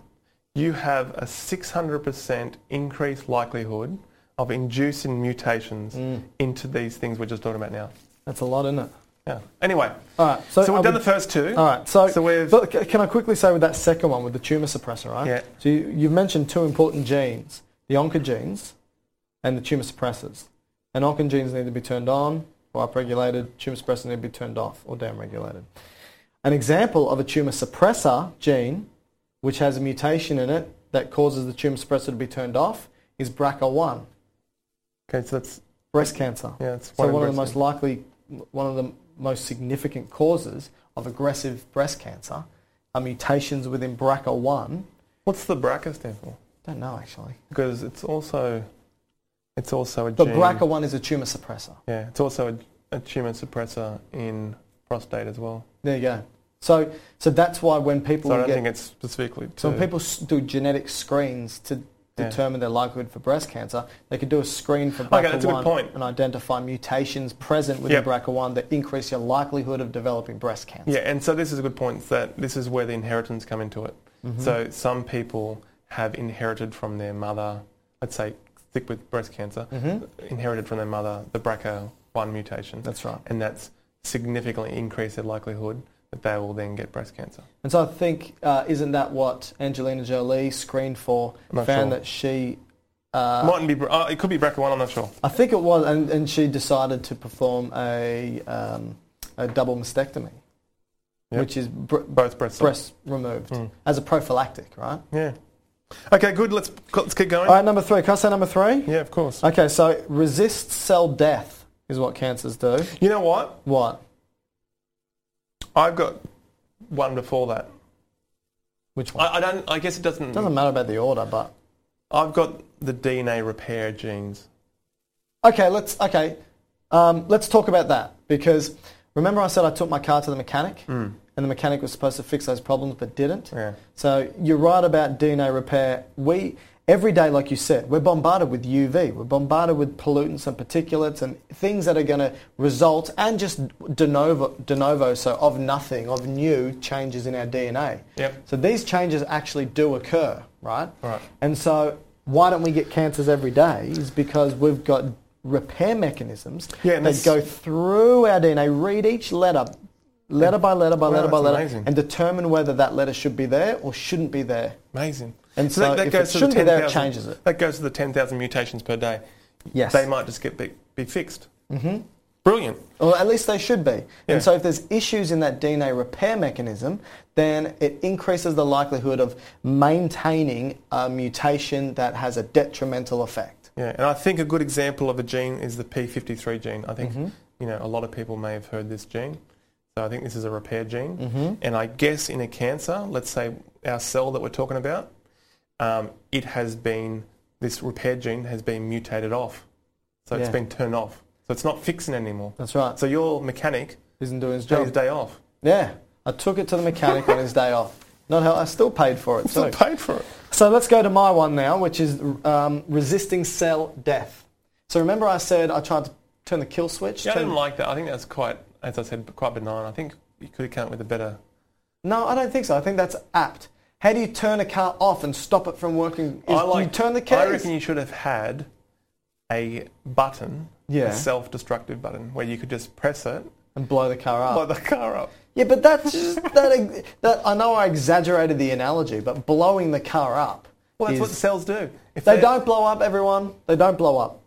Speaker 3: you have a 600% increased likelihood of inducing mutations
Speaker 2: Mm.
Speaker 3: into these things we're just talking about now.
Speaker 2: That's a lot, isn't it?
Speaker 3: Yeah. Anyway,
Speaker 2: All right. So,
Speaker 3: so,
Speaker 2: are
Speaker 3: we've done
Speaker 2: we-
Speaker 3: the first two.
Speaker 2: All right. So,
Speaker 3: we've
Speaker 2: but c- can I quickly say with that second one with the tumor suppressor, right?
Speaker 3: Yeah.
Speaker 2: So you, you've mentioned two important genes, the oncogenes and the tumor suppressors. And oncogenes need to be turned on or upregulated. Tumor suppressors need to be turned off or downregulated. An example of a tumor suppressor gene, which has a mutation in it that causes the tumor suppressor to be turned off, is BRCA1,
Speaker 3: okay, so that's
Speaker 2: breast cancer.
Speaker 3: yeah, it's
Speaker 2: So
Speaker 3: in
Speaker 2: one of the
Speaker 3: breast
Speaker 2: most likely, one of the most significant causes of aggressive breast cancer are mutations within BRCA1.
Speaker 3: What's the BRCA stand for?
Speaker 2: I don't know, actually.
Speaker 3: because it's also it's also a
Speaker 2: The
Speaker 3: gene.
Speaker 2: BRCA1 is a tumor suppressor.
Speaker 3: Yeah, it's also a, a tumor suppressor in prostate as well.
Speaker 2: There you go. So, so that's why when people
Speaker 3: So I don't
Speaker 2: get
Speaker 3: think it's specifically. To,
Speaker 2: So when people s- do genetic screens to
Speaker 3: Yeah.
Speaker 2: determine their likelihood for breast cancer, they could do a screen for BRCA1
Speaker 3: Okay, that's a good point.
Speaker 2: and identify mutations present within
Speaker 3: Yep.
Speaker 2: BRCA1 that increase your likelihood of developing breast cancer.
Speaker 3: Yeah, and so this is a good point that this is where the inheritance come into it.
Speaker 2: Mm-hmm.
Speaker 3: So some people have inherited from their mother, let's say stick with breast cancer, inherited from their mother the BRCA1 mutation.
Speaker 2: Mm-hmm. That's right.
Speaker 3: And that's significantly increased their likelihood that they will then get breast cancer.
Speaker 2: And so I think, uh, isn't that what Angelina Jolie screened for?
Speaker 3: not
Speaker 2: found
Speaker 3: sure.
Speaker 2: that she, Uh,
Speaker 3: Mightn't be, br- oh, it could be BRCA1, I'm not sure.
Speaker 2: I think it was, and, and she decided to perform a, um, a double mastectomy,
Speaker 3: Yep.
Speaker 2: which is br-
Speaker 3: Both breast Hmm. cells.
Speaker 2: breast removed as a prophylactic, right?
Speaker 3: Yeah. Okay, good. Let's, let's keep going.
Speaker 2: All right, number three. Can I say number three?
Speaker 3: yeah, of course.
Speaker 2: Okay, so resist cell death is what cancers do.
Speaker 3: You know what?
Speaker 2: What?
Speaker 3: I've got one before that.
Speaker 2: Which one?
Speaker 3: I, I don't. I guess it doesn't.
Speaker 2: Doesn't matter about the order, but
Speaker 3: I've got the DNA repair genes.
Speaker 2: okay, let's okay, um, let's talk about that because remember I said I took my car to the mechanic and the mechanic was supposed to fix those problems but didn't.
Speaker 3: Hmm. Yeah.
Speaker 2: So you're right about DNA repair. We every day, like you said, we're bombarded with UV. We're bombarded with pollutants and particulates and things that are going to result and just de novo, de novo, so of nothing, of new changes in our DNA.
Speaker 3: Yep.
Speaker 2: So these changes actually do occur, right?
Speaker 3: Right.
Speaker 2: And so why don't we get cancers every day? Is because we've got repair mechanisms
Speaker 3: Yeah, and
Speaker 2: that
Speaker 3: that's-
Speaker 2: go through our DNA, read each letter, letter by letter by
Speaker 3: Wow,
Speaker 2: letter by
Speaker 3: that's
Speaker 2: letter,
Speaker 3: amazing.
Speaker 2: and determine whether that letter should be there or shouldn't be there.
Speaker 3: Amazing.
Speaker 2: And so if it shouldn't be there, it changes it.
Speaker 3: That goes to the ten thousand mutations per day.
Speaker 2: Yes.
Speaker 3: They might just get be, be fixed. Mm-hmm. Brilliant.
Speaker 2: Or at least they should be.
Speaker 3: Yeah.
Speaker 2: And so if there's issues in that DNA repair mechanism, then it increases the likelihood of maintaining a mutation that has a detrimental effect.
Speaker 3: Yeah, and I think a good example of a gene is the P53 gene. I
Speaker 2: Mm-hmm.
Speaker 3: think you know a lot of people may have heard this gene. So I think this is a repair gene,
Speaker 2: Mm-hmm.
Speaker 3: and I guess in a cancer, let's say our cell that we're talking about, um, it has been this repair gene has been mutated off, so it's
Speaker 2: Yeah.
Speaker 3: been turned off. So it's not fixing anymore.
Speaker 2: That's right.
Speaker 3: So your mechanic
Speaker 2: Isn't doing his
Speaker 3: had
Speaker 2: job.
Speaker 3: his day off.
Speaker 2: Yeah, I took it to the mechanic on his day off. Not how I still paid for it.
Speaker 3: Still
Speaker 2: too.
Speaker 3: paid for it.
Speaker 2: So let's go to my one now, which is um, resisting cell death. So remember, I said I tried to turn the kill switch.
Speaker 3: Yeah, I
Speaker 2: turn-
Speaker 3: didn't like that. I think that's quite, as I said, quite benign. I think you could have come up with a better.
Speaker 2: no, I don't think so. I think that's apt. How do you turn a car off and stop it from working? Is-
Speaker 3: I like.
Speaker 2: you turn the keys.
Speaker 3: I reckon you should have had a button,
Speaker 2: Yeah.
Speaker 3: a self-destructive button, where you could just press it,
Speaker 2: and blow the car up.
Speaker 3: blow the car up.
Speaker 2: Yeah, but that's just, that, that. I know I exaggerated the analogy, but blowing the car up.
Speaker 3: Well, that's
Speaker 2: is-
Speaker 3: what cells do. If
Speaker 2: they
Speaker 3: they're-
Speaker 2: don't blow up, everyone. They don't blow up.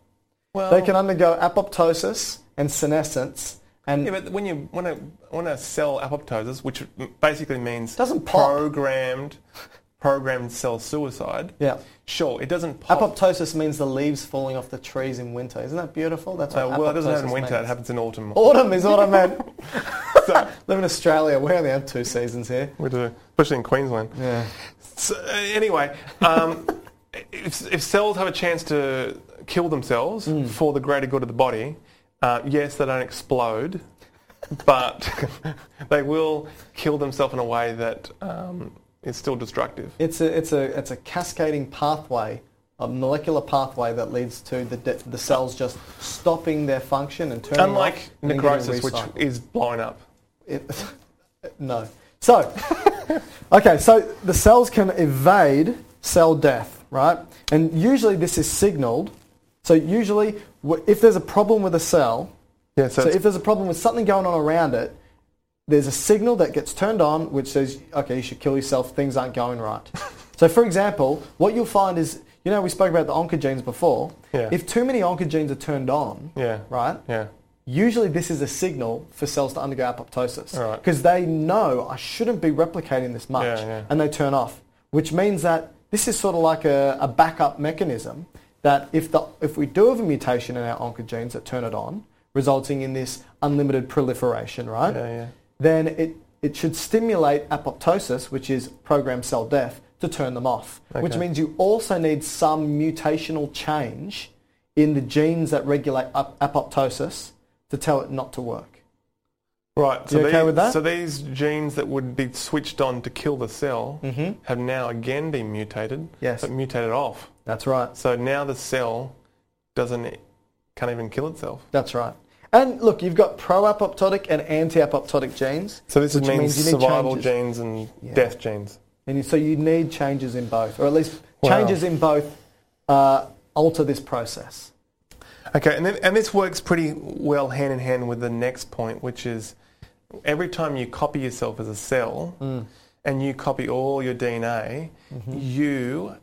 Speaker 3: Well,
Speaker 2: They can undergo apoptosis and senescence, and
Speaker 3: Yeah, but when you when a when a cell apoptosis, which basically means
Speaker 2: Doesn't pop.
Speaker 3: programmed programmed cell suicide.
Speaker 2: Yeah.
Speaker 3: Sure, it doesn't pop.
Speaker 2: Apoptosis means the leaves falling off the trees in winter. Isn't that beautiful? That's what
Speaker 3: Uh, well, it doesn't happen in
Speaker 2: apoptosis
Speaker 3: winter. It
Speaker 2: means.
Speaker 3: happens in autumn.
Speaker 2: Autumn is autumn, man.
Speaker 3: So-
Speaker 2: Live in Australia. We only have two seasons here.
Speaker 3: We do, especially in Queensland.
Speaker 2: Yeah.
Speaker 3: So, uh, anyway, um, if, if cells have a chance to kill themselves
Speaker 2: Hmm.
Speaker 3: for the greater good of the body, uh, yes, they don't explode, but they will kill themselves in a way that um, is still destructive.
Speaker 2: It's a, it's, a, it's a cascading pathway, a molecular pathway that leads to the, de- the cells just stopping their function and turning
Speaker 3: Unlike
Speaker 2: off and then getting
Speaker 3: necrosis, which
Speaker 2: recycled.
Speaker 3: is blowing up.
Speaker 2: It- no. So, okay, so the cells can evade cell death, right? And usually this is signaled. So usually, w- if there's a problem with a cell,
Speaker 3: Yeah,
Speaker 2: so
Speaker 3: so, it's-
Speaker 2: if there's a problem with something going on around it, there's a signal that gets turned on which says, okay, you should kill yourself, things aren't going right. so, for example, what you'll find is, you know, we spoke about the oncogenes before.
Speaker 3: Yeah.
Speaker 2: If too many oncogenes are turned on,
Speaker 3: yeah,
Speaker 2: right?
Speaker 3: Yeah,
Speaker 2: Usually, this is a signal for cells to undergo apoptosis
Speaker 3: All right.
Speaker 2: because they know I shouldn't be replicating this much,
Speaker 3: Yeah, yeah.
Speaker 2: and they turn off. Which means that this is sort of like a, a backup mechanism that if the if we do have a mutation in our oncogenes that turn it on, resulting in this unlimited proliferation, right?
Speaker 3: Yeah, yeah.
Speaker 2: Then it it should stimulate apoptosis, which is programmed cell death, to turn them off, which
Speaker 3: Okay.
Speaker 2: means you also need some mutational change in the genes that regulate ap- apoptosis to tell it not to work.
Speaker 3: Right. So
Speaker 2: You okay
Speaker 3: these,
Speaker 2: with that?
Speaker 3: So these genes that would be switched on to kill the cell have now again been mutated.
Speaker 2: Mm-hmm. Yes.
Speaker 3: But mutated off.
Speaker 2: That's right.
Speaker 3: So now the cell doesn't can't even kill itself.
Speaker 2: That's right. And look, you've got pro-apoptotic and anti-apoptotic genes.
Speaker 3: So this
Speaker 2: which
Speaker 3: means,
Speaker 2: you need
Speaker 3: survival
Speaker 2: changes.
Speaker 3: genes and death genes.
Speaker 2: And you- so you need changes in both, or at least
Speaker 3: Wow.
Speaker 2: changes in both uh, alter this process.
Speaker 3: Okay, and, then, and this works pretty well hand in hand with the next point, which is every time you copy yourself as a cell
Speaker 2: Mm.
Speaker 3: and you copy all your DNA,
Speaker 2: Mm-hmm.
Speaker 3: you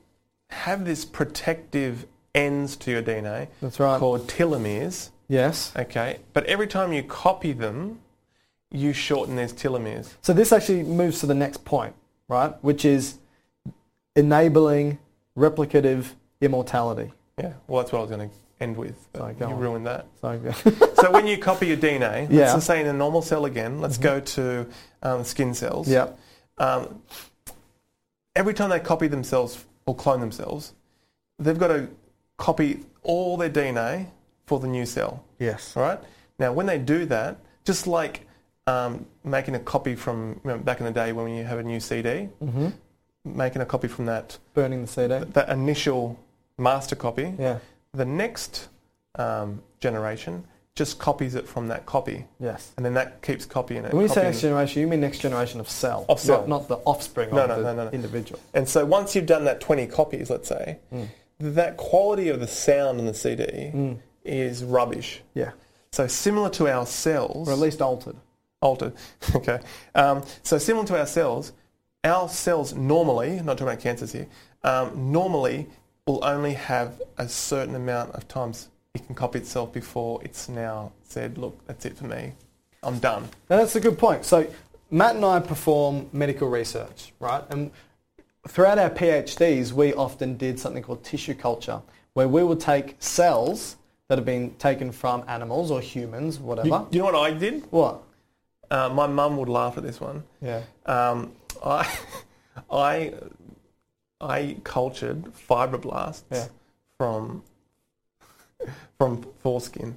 Speaker 3: have this protective ends to your DNA
Speaker 2: That's right.
Speaker 3: called telomeres.
Speaker 2: Yes.
Speaker 3: Okay, but every time you copy them, you shorten these telomeres.
Speaker 2: So this actually moves to the next point, right? Which is enabling replicative immortality.
Speaker 3: Yeah, well, that's what I was going to end with. but
Speaker 2: Sorry, go
Speaker 3: you
Speaker 2: on.
Speaker 3: ruined that.
Speaker 2: So
Speaker 3: so when you copy your DNA, let's
Speaker 2: Yeah. Mm-hmm.
Speaker 3: just say in a normal cell again, let's go to um, skin cells.
Speaker 2: yeah,
Speaker 3: Um, every time they copy themselves or clone themselves, they've got to copy all their DNA for the new cell.
Speaker 2: Yes.
Speaker 3: All right. Now, when they do that, just like um, making a copy from remember back in the day when you have a new CD,
Speaker 2: Mm-hmm.
Speaker 3: making a copy from that
Speaker 2: burning the CD.
Speaker 3: that initial master copy,
Speaker 2: Yeah.
Speaker 3: the next um, generation just copies it from that copy.
Speaker 2: Yes.
Speaker 3: And then that keeps copying it.
Speaker 2: When you say
Speaker 3: copying
Speaker 2: next
Speaker 3: it.
Speaker 2: generation, you mean next generation of cell,
Speaker 3: Of cell.
Speaker 2: Not, not the offspring
Speaker 3: No,
Speaker 2: of
Speaker 3: no,
Speaker 2: the
Speaker 3: no, no, no.
Speaker 2: individual.
Speaker 3: And so once you've done that 20 copies, let's say,
Speaker 2: Mm.
Speaker 3: that quality of the sound on the CD is rubbish.
Speaker 2: Yeah,
Speaker 3: So similar to our cells,
Speaker 2: or at least altered.
Speaker 3: altered. okay. Um, so similar to our cells, our cells normally, not talking about cancers here, um, normally will only have a certain amount of times it can copy itself before it's now said, look, that's it for me. I'm done.
Speaker 2: Now that's a good point. So Matt and I perform medical research, right? And throughout our PhDs, we often did something called tissue culture, where we would take cells that have been taken from animals or humans, whatever.
Speaker 3: You, you know what I did?
Speaker 2: what?
Speaker 3: Uh, my mum would laugh at this one.
Speaker 2: Yeah.
Speaker 3: Um, I, I, I cultured fibroblasts
Speaker 2: Yeah.
Speaker 3: from from foreskin.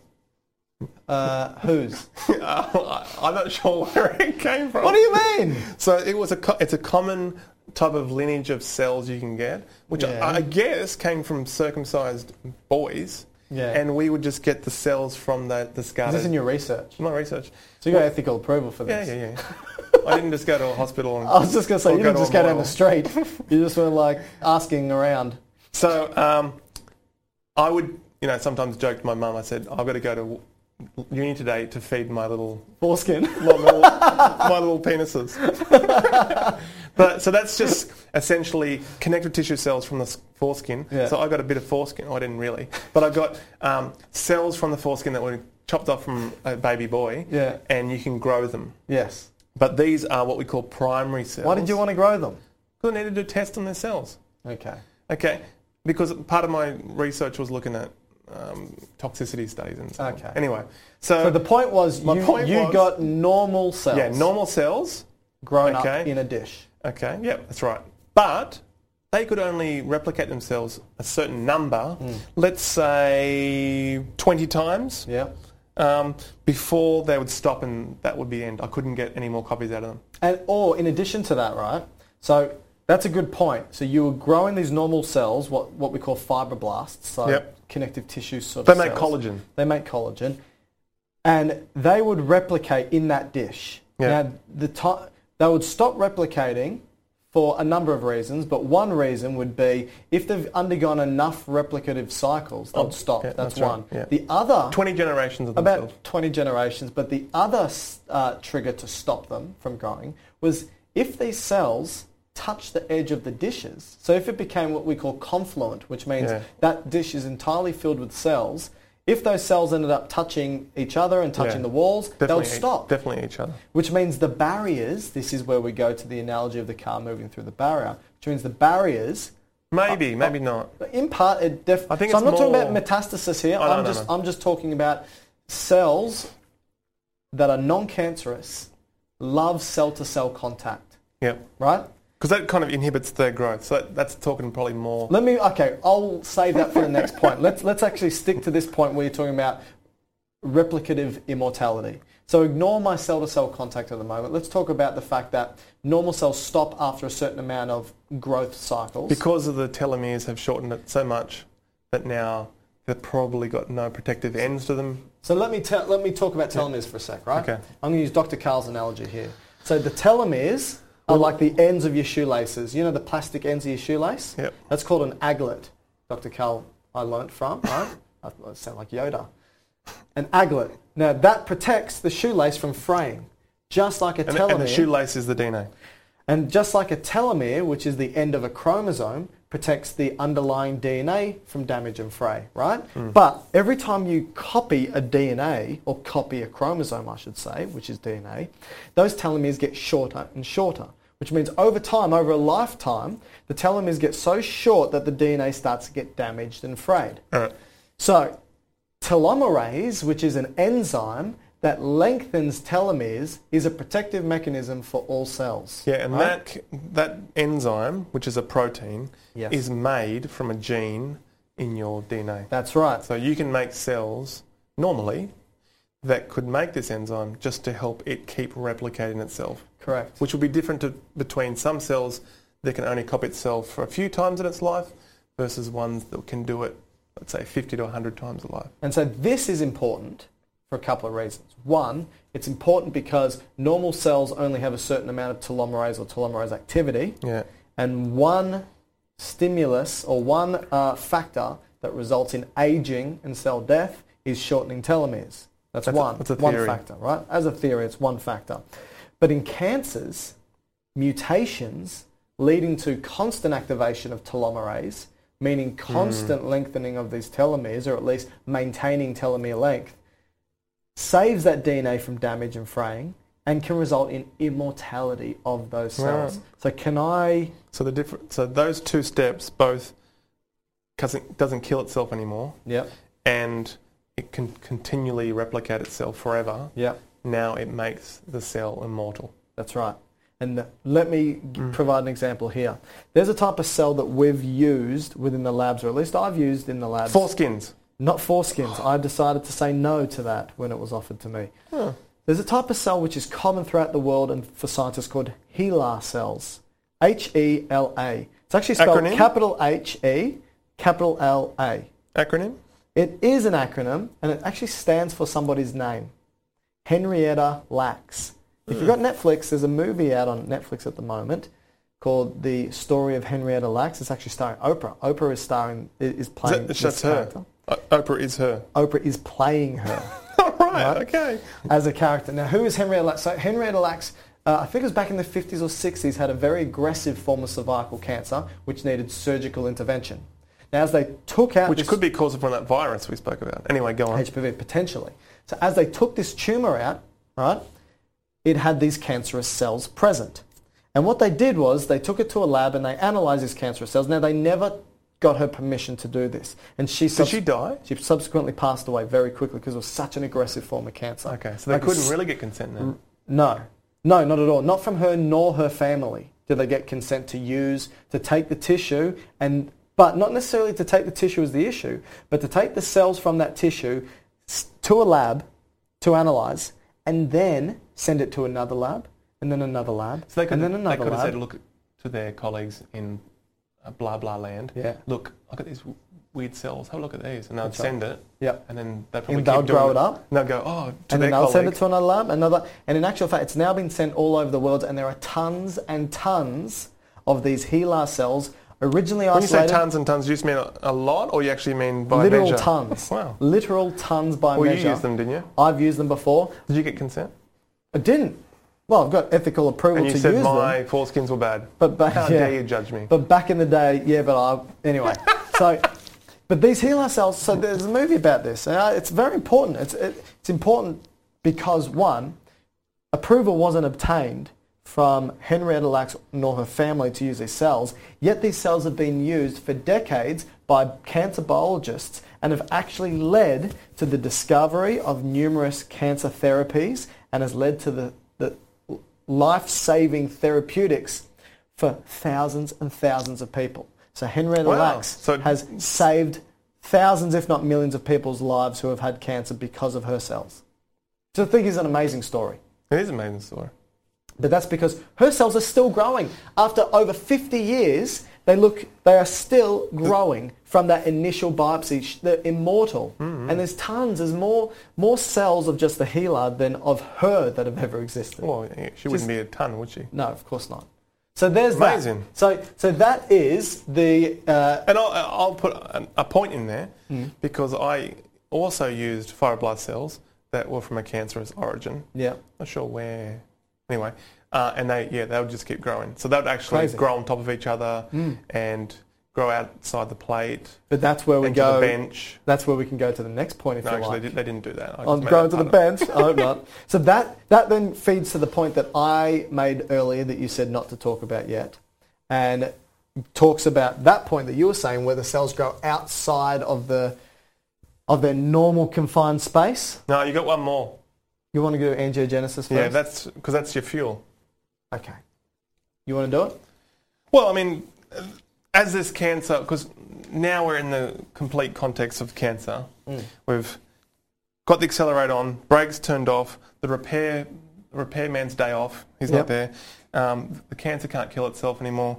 Speaker 2: Uh, whose?
Speaker 3: I- I'm not sure where it came from.
Speaker 2: What do you mean?
Speaker 3: So it was a co- it's a common type of lineage of cells you can get, which I-
Speaker 2: Yeah.
Speaker 3: I, guess came from circumcised boys.
Speaker 2: Yeah.
Speaker 3: And we would just get the cells from the, the
Speaker 2: Is
Speaker 3: scarred.
Speaker 2: this in your research?
Speaker 3: my research?
Speaker 2: So you got ethical approval for
Speaker 3: Yeah,
Speaker 2: this?
Speaker 3: yeah, yeah. I didn't just go to a hospital. And
Speaker 2: I was just going to say,
Speaker 3: or
Speaker 2: you didn't
Speaker 3: to
Speaker 2: just
Speaker 3: a
Speaker 2: go down the
Speaker 3: mile.
Speaker 2: street. You just were like asking around.
Speaker 3: So um, I would, you know, sometimes joke to my mum. I said, "I've got to go to uni today to feed my little
Speaker 2: Foreskin.
Speaker 3: my little, my little penises." but so that's just essentially connective tissue cells from the s- foreskin.
Speaker 2: Yeah.
Speaker 3: So I got a bit of foreskin. Oh, I didn't really, but I got um, cells from the foreskin that were chopped off from a baby boy.
Speaker 2: Yeah.
Speaker 3: and you can grow them.
Speaker 2: Yes.
Speaker 3: But these are what we call primary cells.
Speaker 2: Why did you want to grow them?
Speaker 3: Because I needed to test on their cells.
Speaker 2: Okay.
Speaker 3: Okay, because part of my research was looking at um, toxicity studies and stuff.
Speaker 2: Okay.
Speaker 3: Anyway, so,
Speaker 2: So the point was,
Speaker 3: My
Speaker 2: you,
Speaker 3: point
Speaker 2: you
Speaker 3: was-
Speaker 2: got normal cells.
Speaker 3: yeah, normal cells.
Speaker 2: grown up
Speaker 3: Okay.
Speaker 2: in a dish.
Speaker 3: Okay, yeah, that's right. But they could only replicate themselves a certain number,
Speaker 2: Hmm.
Speaker 3: let's say 20 times,
Speaker 2: Yeah.
Speaker 3: um, before they would stop and that would be the end. I couldn't get any more copies out of them.
Speaker 2: And or in addition to that, right? So that's a good point. So you were growing these normal cells, what what we call fibroblasts, so
Speaker 3: Yep.
Speaker 2: connective tissue sort
Speaker 3: They
Speaker 2: of
Speaker 3: make
Speaker 2: cells.
Speaker 3: collagen.
Speaker 2: They make collagen. And they would replicate in that dish.
Speaker 3: Yeah.
Speaker 2: Now the ti they would stop replicating for a number of reasons, but one reason would be if they've undergone enough replicative cycles, they'll
Speaker 3: Oh,
Speaker 2: stop.
Speaker 3: yeah,
Speaker 2: that's,
Speaker 3: that's right,
Speaker 2: one.
Speaker 3: yeah.
Speaker 2: The other
Speaker 3: 20 generations of themselves.
Speaker 2: about 20 generations, but the other uh, trigger to stop them from growing was if these cells touch the edge of the dishes. So if it became what we call confluent, which means
Speaker 3: Yeah.
Speaker 2: that dish is entirely filled with cells, if those cells ended up touching each other and touching
Speaker 3: Yeah.
Speaker 2: the walls,
Speaker 3: Definitely
Speaker 2: they'll
Speaker 3: each-
Speaker 2: stop.
Speaker 3: Definitely each other.
Speaker 2: Which means the barriers, this is where we go to the analogy of the car moving through the barrier, which means the barriers Oh,
Speaker 3: Maybe, maybe not.
Speaker 2: in part, it def-
Speaker 3: I think
Speaker 2: so.
Speaker 3: it's
Speaker 2: I'm not talking
Speaker 3: more-
Speaker 2: about metastasis here.
Speaker 3: Oh, no,
Speaker 2: I'm
Speaker 3: no,
Speaker 2: just
Speaker 3: no.
Speaker 2: I'm just talking about cells that are non-cancerous love cell-to-cell contact,
Speaker 3: Yep.
Speaker 2: right?
Speaker 3: Because that kind of inhibits their growth. So that, that's talking probably more.
Speaker 2: Let me. Okay, I'll save that for the next point. Let's let's actually stick to this point where you're talking about replicative immortality. So ignore my cell-to-cell contact at the moment. Let's talk about the fact that normal cells stop after a certain amount of growth cycles.
Speaker 3: Because of the telomeres have shortened it so much that now they've probably got no protective ends to them.
Speaker 2: So let me tell let me talk about telomeres for a sec, right?
Speaker 3: Okay.
Speaker 2: I'm going to use Dr. Carl's analogy here. So the telomeres are like the ends of your shoelaces. You know the plastic ends of your shoelace?
Speaker 3: Yep.
Speaker 2: That's called an aglet. Dr. Carl, I learnt from, right? I I sound like Yoda. An aglet. Now that protects the shoelace from fraying, just like a
Speaker 3: And,
Speaker 2: telomere.
Speaker 3: and the shoelace is the DNA.
Speaker 2: And just like a telomere, which is the end of a chromosome, protects the underlying DNA from damage and fray, right?
Speaker 3: Hmm.
Speaker 2: But every time you copy a DNA, or copy a chromosome, I should say, which is DNA, those telomeres get shorter and shorter, which means over time, over a lifetime, the telomeres get so short that the DNA starts to get damaged and frayed.
Speaker 3: Uh.
Speaker 2: So, telomerase, which is an enzyme that lengthens telomeres, is a protective mechanism for all cells.
Speaker 3: Yeah, and
Speaker 2: right?
Speaker 3: that that enzyme, which is a protein,
Speaker 2: Yes.
Speaker 3: is made from a gene in your DNA.
Speaker 2: That's right.
Speaker 3: So you can make cells normally that could make this enzyme just to help it keep replicating itself,
Speaker 2: Correct.
Speaker 3: which will be different to, between some cells that can only copy itself for a few times in its life versus ones that can do it, let's say, 50 to 100 times a life.
Speaker 2: And so this is important for a couple of reasons. One, it's important because normal cells only have a certain amount of telomerase or telomerase activity,
Speaker 3: Yeah.
Speaker 2: and one stimulus or one uh, factor that results in aging and cell death is shortening telomeres. That's,
Speaker 3: That's a-
Speaker 2: one.
Speaker 3: that's a
Speaker 2: one
Speaker 3: theory.
Speaker 2: factor, right? As a theory, it's one factor. But in cancers, mutations leading to constant activation of telomerase, meaning constant lengthening of these telomeres, or at least maintaining telomere length, saves that DNA from damage and fraying and can result in immortality of those cells. So can I
Speaker 3: So the different, so those two steps both doesn't, doesn't kill itself anymore
Speaker 2: Yep.
Speaker 3: and it can continually replicate itself forever.
Speaker 2: Yep.
Speaker 3: Now it makes the cell immortal.
Speaker 2: That's right. Hmm. And let me g- provide an example here. There's a type of cell that we've used within the labs, or at least I've used in the labs.
Speaker 3: Foreskins.
Speaker 2: Not foreskins. I decided to say no to that when it was offered to me. There's a type of cell which is common throughout the world and for scientists called HeLa cells. H E L A. It's actually spelled
Speaker 3: Acronym?
Speaker 2: capital H E, capital L A.
Speaker 3: Acronym?
Speaker 2: It is an acronym and it actually stands for somebody's name. Henrietta Lacks. If you've got
Speaker 3: Hmm.
Speaker 2: Netflix, there's a movie out on Netflix at the moment called The Story of Henrietta Lacks. It's actually starring Oprah. Oprah is starring i- is
Speaker 3: Is
Speaker 2: playing
Speaker 3: that- it's
Speaker 2: this
Speaker 3: just her.
Speaker 2: character.
Speaker 3: O- Oprah is her.
Speaker 2: Oprah is playing her
Speaker 3: All right,
Speaker 2: Right.
Speaker 3: okay.
Speaker 2: as a character. Now, who is Henrietta Lacks? So Henrietta Lacks, uh, I think it was back in the 50s or 60s, had a very aggressive form of cervical cancer which needed surgical intervention. Now, as they took out
Speaker 3: Which
Speaker 2: this
Speaker 3: could be caused from that virus we spoke about. Anyway, go on.
Speaker 2: HPV potentially. So as they took this tumor out, right, it had these cancerous cells present. And what they did was they took it to a lab and they analyzed these cancerous cells. Now they never got her permission to do this, and she
Speaker 3: Did she die?
Speaker 2: She subsequently passed away very quickly because it was such an aggressive form of cancer.
Speaker 3: Okay, so they
Speaker 2: Like a
Speaker 3: couldn't really get consent
Speaker 2: Mm.
Speaker 3: then.
Speaker 2: no, no, not at all. Not from her nor her family do they get consent to use to take the tissue and, but not necessarily to take the tissue as the issue, but to take the cells from that tissue s- to a lab to analyze and then send it to another lab and then another lab
Speaker 3: So they could,
Speaker 2: and then
Speaker 3: they
Speaker 2: another
Speaker 3: could have
Speaker 2: lab.
Speaker 3: said, look to their colleagues in uh, blah blah land.
Speaker 2: Yeah.
Speaker 3: Look, look at these w- weird cells. Have a look at these, and they'd
Speaker 2: That's right.
Speaker 3: send it.
Speaker 2: Yeah.
Speaker 3: And then they probably
Speaker 2: And they'll
Speaker 3: keep doing
Speaker 2: grow it up.
Speaker 3: And they'll go, oh, to
Speaker 2: and
Speaker 3: their
Speaker 2: then they'll send it
Speaker 3: colleague.
Speaker 2: to another lab, another, and in actual fact, it's now been sent all over the world, and there are tons and tons of these HeLa cells, originally
Speaker 3: When you say
Speaker 2: isolated.
Speaker 3: tons and tons, do you just mean a, a lot, or you actually mean by
Speaker 2: literal
Speaker 3: measure?
Speaker 2: tons.
Speaker 3: Wow.
Speaker 2: Literal tons by
Speaker 3: Well, you
Speaker 2: measure.
Speaker 3: used them, didn't you?
Speaker 2: I've used them before.
Speaker 3: Did you get consent?
Speaker 2: I didn't. Well, I've got ethical approval
Speaker 3: And
Speaker 2: to
Speaker 3: you said
Speaker 2: use
Speaker 3: my
Speaker 2: them.
Speaker 3: foreskins were bad.
Speaker 2: But back,
Speaker 3: how
Speaker 2: yeah.
Speaker 3: dare you judge me?
Speaker 2: But back in the day, yeah. But I anyway. so, but these HeLa cells. So there's a movie about this, and uh, it's very important. It's it, it's important because one, approval wasn't obtained from Henrietta Lacks nor her family to use these cells, yet these cells have been used for decades by cancer biologists and have actually led to the discovery of numerous cancer therapies and has led to the, the life-saving therapeutics for thousands and thousands of people. So Henrietta
Speaker 3: Wow.
Speaker 2: Lacks
Speaker 3: So-
Speaker 2: has saved thousands, if not millions, of people's lives who have had cancer because of her cells. So I think is an amazing story.
Speaker 3: It is an amazing story.
Speaker 2: But that's because her cells are still growing. After over 50 years, they look they are still growing from that initial biopsy. Sh- They're immortal.
Speaker 3: Mm-hmm.
Speaker 2: And there's tons, there's more more cells of just the HeLa than of her that have ever existed.
Speaker 3: Well, yeah, she wouldn't be a ton, would she?
Speaker 2: No, of course not. So there's
Speaker 3: Amazing.
Speaker 2: that. So so that is the uh,
Speaker 3: And I'll, I'll put a, a point in there
Speaker 2: Hmm.
Speaker 3: because I also used fibroblast cells that were from a cancerous origin.
Speaker 2: yeah.
Speaker 3: Not sure where. Anyway, uh, and they yeah they would just keep growing. So they would actually
Speaker 2: Crazy. Hmm.
Speaker 3: grow on top of each other and grow outside the plate.
Speaker 2: But that's where we
Speaker 3: Into the
Speaker 2: go.
Speaker 3: bench.
Speaker 2: That's where we can go to the next point if
Speaker 3: No,
Speaker 2: you
Speaker 3: actually,
Speaker 2: like.
Speaker 3: they, did, they didn't do that. I
Speaker 2: on
Speaker 3: just made
Speaker 2: growing to
Speaker 3: that
Speaker 2: the
Speaker 3: part up.
Speaker 2: bench. I hope not. So that that then feeds to the point that I made earlier that you said not to talk about yet, and talks about that point that you were saying where the cells grow outside of the of their normal confined space.
Speaker 3: No, you got one more.
Speaker 2: You want to do angiogenesis first?
Speaker 3: Yeah, that's because that's your fuel.
Speaker 2: okay. You want to do it?
Speaker 3: Well, I mean, uh, as this cancer, because now we're in the complete context of cancer, we've got the accelerator on, brakes turned off, the repair repairman's day off, he's
Speaker 2: Yep.
Speaker 3: not there, um, the cancer can't kill itself anymore,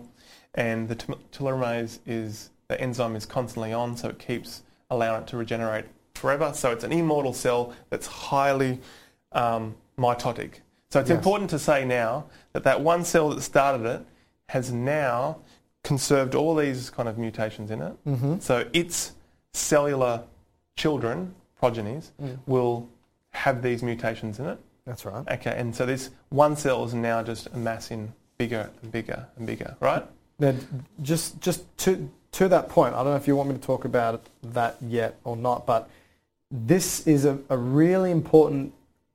Speaker 3: and the tel- telomerase is the enzyme is constantly on, so it keeps allowing it to regenerate forever. So it's an immortal cell that's highly um, mitotic. So it's
Speaker 2: Yes.
Speaker 3: important to say now that that one cell that started it has now conserved all these kind of mutations in it.
Speaker 2: Mm-hmm.
Speaker 3: So its cellular children, progenies,
Speaker 2: Mm.
Speaker 3: will have these mutations in it.
Speaker 2: That's right.
Speaker 3: Okay, and so this one cell is now just amassing bigger and bigger and bigger, right?
Speaker 2: Now, just just to to that point, I don't know if you want me to talk about that yet or not, but this is a, a really important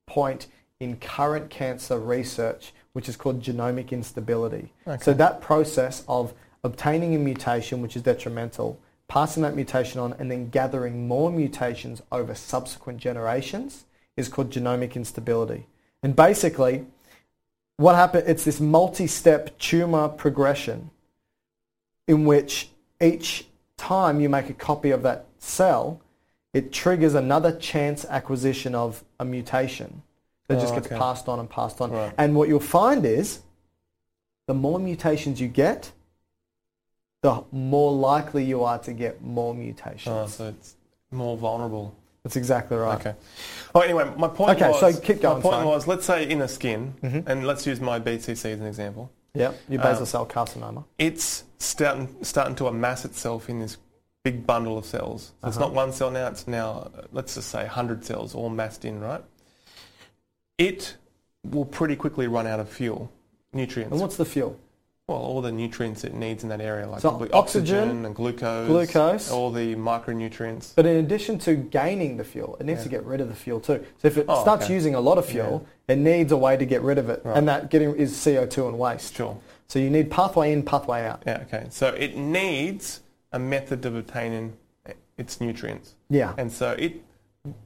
Speaker 2: point in current cancer research, which is called genomic instability. So that process of obtaining a mutation which is detrimental, passing that mutation on, and then gathering more mutations over subsequent generations is called genomic instability. And basically, what happened it's this multi-step tumor progression in which each time you make a copy of that cell it triggers another chance acquisition of a mutation that just
Speaker 3: Oh,
Speaker 2: gets
Speaker 3: okay.
Speaker 2: passed on and passed on
Speaker 3: Right.
Speaker 2: and what you'll find is the more mutations you get the more likely you are to get more mutations
Speaker 3: Oh, so it's more vulnerable.
Speaker 2: that's exactly right
Speaker 3: Okay. Oh, anyway, my point
Speaker 2: Okay,
Speaker 3: was.
Speaker 2: so keep going, Mm-hmm.
Speaker 3: My point
Speaker 2: sorry.
Speaker 3: was, let's say in a skin, and let's use my BCC as an example.
Speaker 2: yep your
Speaker 3: Um,
Speaker 2: basal cell carcinoma
Speaker 3: It's starting starting to amass itself in this big bundle of cells. So It's
Speaker 2: Uh-huh.
Speaker 3: not one cell now. It's now uh, let's just say hundred cells all massed in, right? It will pretty quickly run out of fuel, nutrients.
Speaker 2: and what's the fuel
Speaker 3: Well, all the nutrients it needs in that area, like
Speaker 2: So
Speaker 3: glu-
Speaker 2: oxygen,
Speaker 3: and glucose,
Speaker 2: glucose.
Speaker 3: all the micronutrients.
Speaker 2: But in addition to gaining the fuel, it needs to get rid of the fuel too. So if it
Speaker 3: Oh,
Speaker 2: starts
Speaker 3: okay.
Speaker 2: using a lot of fuel, it needs a way to get rid of it, and that getting is CO2 and waste.
Speaker 3: Sure.
Speaker 2: So you need pathway in, pathway out.
Speaker 3: Yeah, okay. So it needs a method of obtaining its nutrients.
Speaker 2: Yeah.
Speaker 3: And so it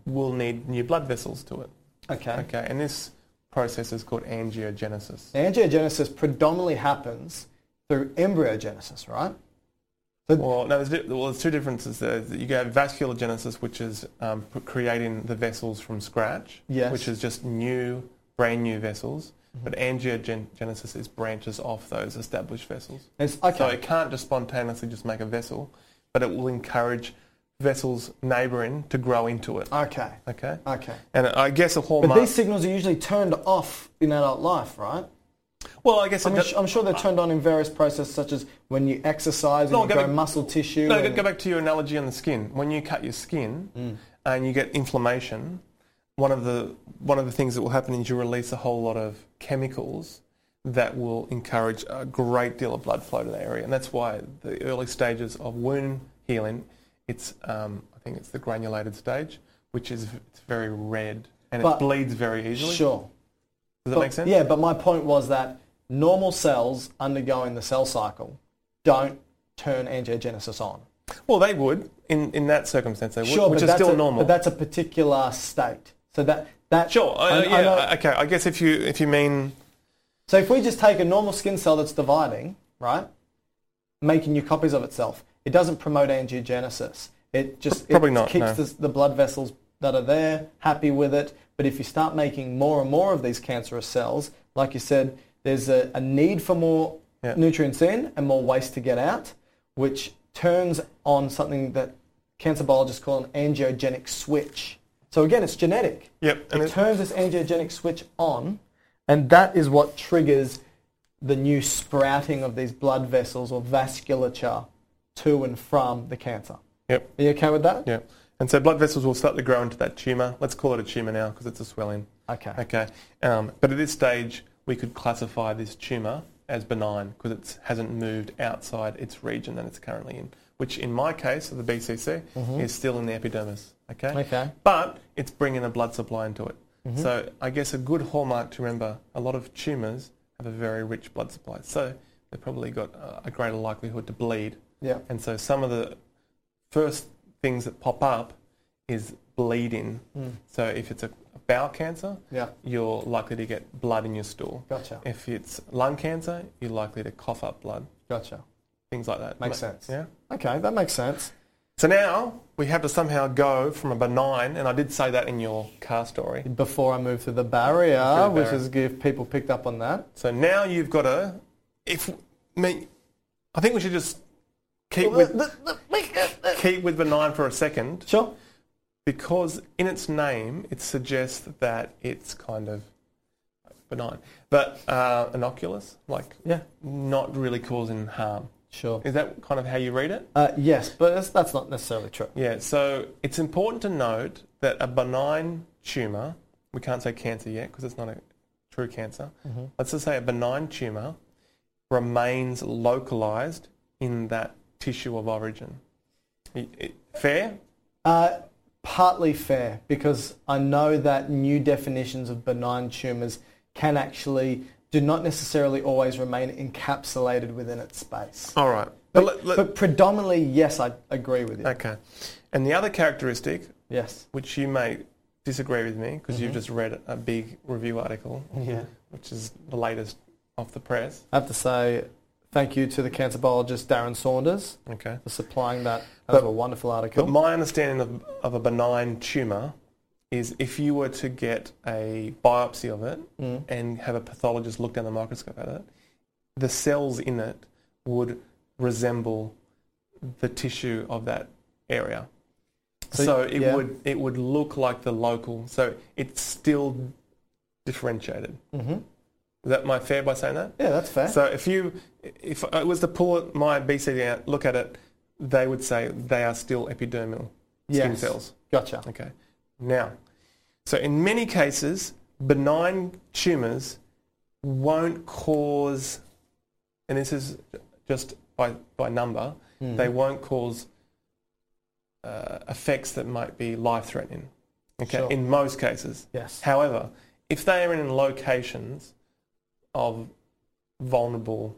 Speaker 3: will need new blood vessels to it.
Speaker 2: Okay.
Speaker 3: Okay, and this process is called angiogenesis.
Speaker 2: Angiogenesis predominantly happens through embryogenesis, right?
Speaker 3: Well, no, there's, di- well, there's two differences. There. You go vascular genesis, which is um, p- creating the vessels from scratch,
Speaker 2: Yes. Mm-hmm.
Speaker 3: which is just new, brand new vessels. But angiogenesis is branches off those established vessels.
Speaker 2: It's, okay.
Speaker 3: So it can't just spontaneously just make a vessel, but it will encourage vessels neighbouring to grow into it.
Speaker 2: okay.
Speaker 3: Okay.
Speaker 2: Ah. Okay.
Speaker 3: And I guess a
Speaker 2: But
Speaker 3: hallmark.
Speaker 2: these signals are usually turned off in adult life, right?
Speaker 3: well, I guess it
Speaker 2: I'm,
Speaker 3: do-
Speaker 2: su- I'm sure they're turned on in various processes, such as when you exercise and
Speaker 3: No,
Speaker 2: you
Speaker 3: go
Speaker 2: grow
Speaker 3: back-
Speaker 2: muscle tissue.
Speaker 3: No, go-
Speaker 2: and- Mm.
Speaker 3: go back to your analogy on the skin. When you cut your skin and you get inflammation, one of the one of the things that will happen is you release a whole lot of chemicals that will encourage a great deal of blood flow to the area, and that's why the early stages of wound healing, it's um, I think it's the granulated stage, which is it's very red and
Speaker 2: But-
Speaker 3: it bleeds very easily.
Speaker 2: Sure.
Speaker 3: Does that
Speaker 2: But-
Speaker 3: make sense?
Speaker 2: Yeah, but my point was that normal cells undergoing the cell cycle don't turn angiogenesis on.
Speaker 3: Well, they would in in that circumstance. They would,
Speaker 2: Sure,
Speaker 3: which
Speaker 2: but
Speaker 3: is
Speaker 2: that's
Speaker 3: still
Speaker 2: a,
Speaker 3: normal.
Speaker 2: But that's a particular state. So that that
Speaker 3: Sure.
Speaker 2: I-
Speaker 3: Uh,
Speaker 2: I
Speaker 3: yeah.
Speaker 2: know-
Speaker 3: okay. I guess if you if you mean
Speaker 2: so if we just take a normal skin cell that's dividing right? Making new copies of itself. It doesn't promote angiogenesis. It just
Speaker 3: Probably
Speaker 2: it
Speaker 3: not,
Speaker 2: keeps
Speaker 3: no.
Speaker 2: the, the blood vessels that are there happy with it. But if you start making more and more of these cancerous cells, like you said, there's a, a need for more
Speaker 3: Yeah.
Speaker 2: nutrients in and more waste to get out, which turns on something that cancer biologists call an angiogenic switch. So again, it's genetic.
Speaker 3: Yep, and
Speaker 2: it
Speaker 3: it-
Speaker 2: turns this angiogenic switch on, and that is what triggers the new sprouting of these blood vessels or vasculature to and from the cancer.
Speaker 3: Yep.
Speaker 2: Are you okay with that?
Speaker 3: Yeah. And so blood vessels will start to grow into that tumour. Let's call it a tumour now because it's a swelling.
Speaker 2: Okay.
Speaker 3: Okay. Um, but at this stage, we could classify this tumour as benign because it hasn't moved outside its region that it's currently in, which in my case, of the BCC, is still in the epidermis. Okay.
Speaker 2: Mm-hmm. Okay. Mm-hmm.
Speaker 3: But it's bringing a blood supply into it. So I guess a good hallmark to remember, a lot of tumours have a very rich blood supply. So they've probably got uh, a greater likelihood to bleed.
Speaker 2: Yeah.
Speaker 3: And so some of the first things that pop up is bleeding.
Speaker 2: Mm.
Speaker 3: So if it's a bowel cancer,
Speaker 2: Yeah.
Speaker 3: you're likely to get blood in your stool.
Speaker 2: Gotcha.
Speaker 3: If it's lung cancer, you're likely to cough up blood.
Speaker 2: Gotcha.
Speaker 3: Things like that.
Speaker 2: Makes
Speaker 3: Ma-
Speaker 2: sense.
Speaker 3: Yeah.
Speaker 2: Okay, that makes sense.
Speaker 3: So now we have to somehow go from a benign, and I did say that in your car story.
Speaker 2: Before I move to the barrier,
Speaker 3: Through the
Speaker 2: which
Speaker 3: barrier.
Speaker 2: is if people picked up on that.
Speaker 3: So now you've got to, if me, I think we should just keep with keep with benign for a second.
Speaker 2: Sure.
Speaker 3: because in its name it suggests that it's kind of benign, but uh, innocuous, like
Speaker 2: Yeah.
Speaker 3: not really causing harm.
Speaker 2: Sure.
Speaker 3: Is that kind of how you read it?
Speaker 2: Uh, yes, but that's, that's not necessarily true.
Speaker 3: Yeah. So it's important to note that a benign tumor, we can't say cancer yet because it's not a true cancer. Let's just say a benign tumor remains localized in that tissue of origin. I- i- Fair?
Speaker 2: Uh, partly fair because I know that new definitions of benign tumours can actually do not necessarily always remain encapsulated within its space.
Speaker 3: All right.
Speaker 2: But,
Speaker 3: Oh, let- let-
Speaker 2: but predominantly, yes, I agree with you.
Speaker 3: okay. And the other characteristic
Speaker 2: Yes.
Speaker 3: which you may disagree with me because you've just read a big review article,
Speaker 2: Yeah.
Speaker 3: which is the latest off the press.
Speaker 2: I have to say thank you to the cancer biologist Darren Saunders
Speaker 3: Okay.
Speaker 2: for supplying that. That was
Speaker 3: But-
Speaker 2: a wonderful
Speaker 3: But
Speaker 2: article.
Speaker 3: my understanding of, of a benign tumour is if you were to get a biopsy of it and have a pathologist look down the microscope at it, the cells in it would resemble the tissue of that area.
Speaker 2: So,
Speaker 3: So, it
Speaker 2: yeah.
Speaker 3: would it would look like the local. So it's still differentiated. Mm-hmm. Is that my fair by saying that?
Speaker 2: yeah, that's fair.
Speaker 3: So if you, if I was to pull my BCD out, look at it, they would say they are still epidermal skin
Speaker 2: Yes.
Speaker 3: cells.
Speaker 2: Gotcha.
Speaker 3: Okay. Now, so in many cases, benign tumours won't cause, and this is just by, by number,
Speaker 2: Hmm.
Speaker 3: they won't cause uh, effects that might be life-threatening. Okay.
Speaker 2: Sure.
Speaker 3: In most cases.
Speaker 2: Yes.
Speaker 3: However, if they are in locations of vulnerable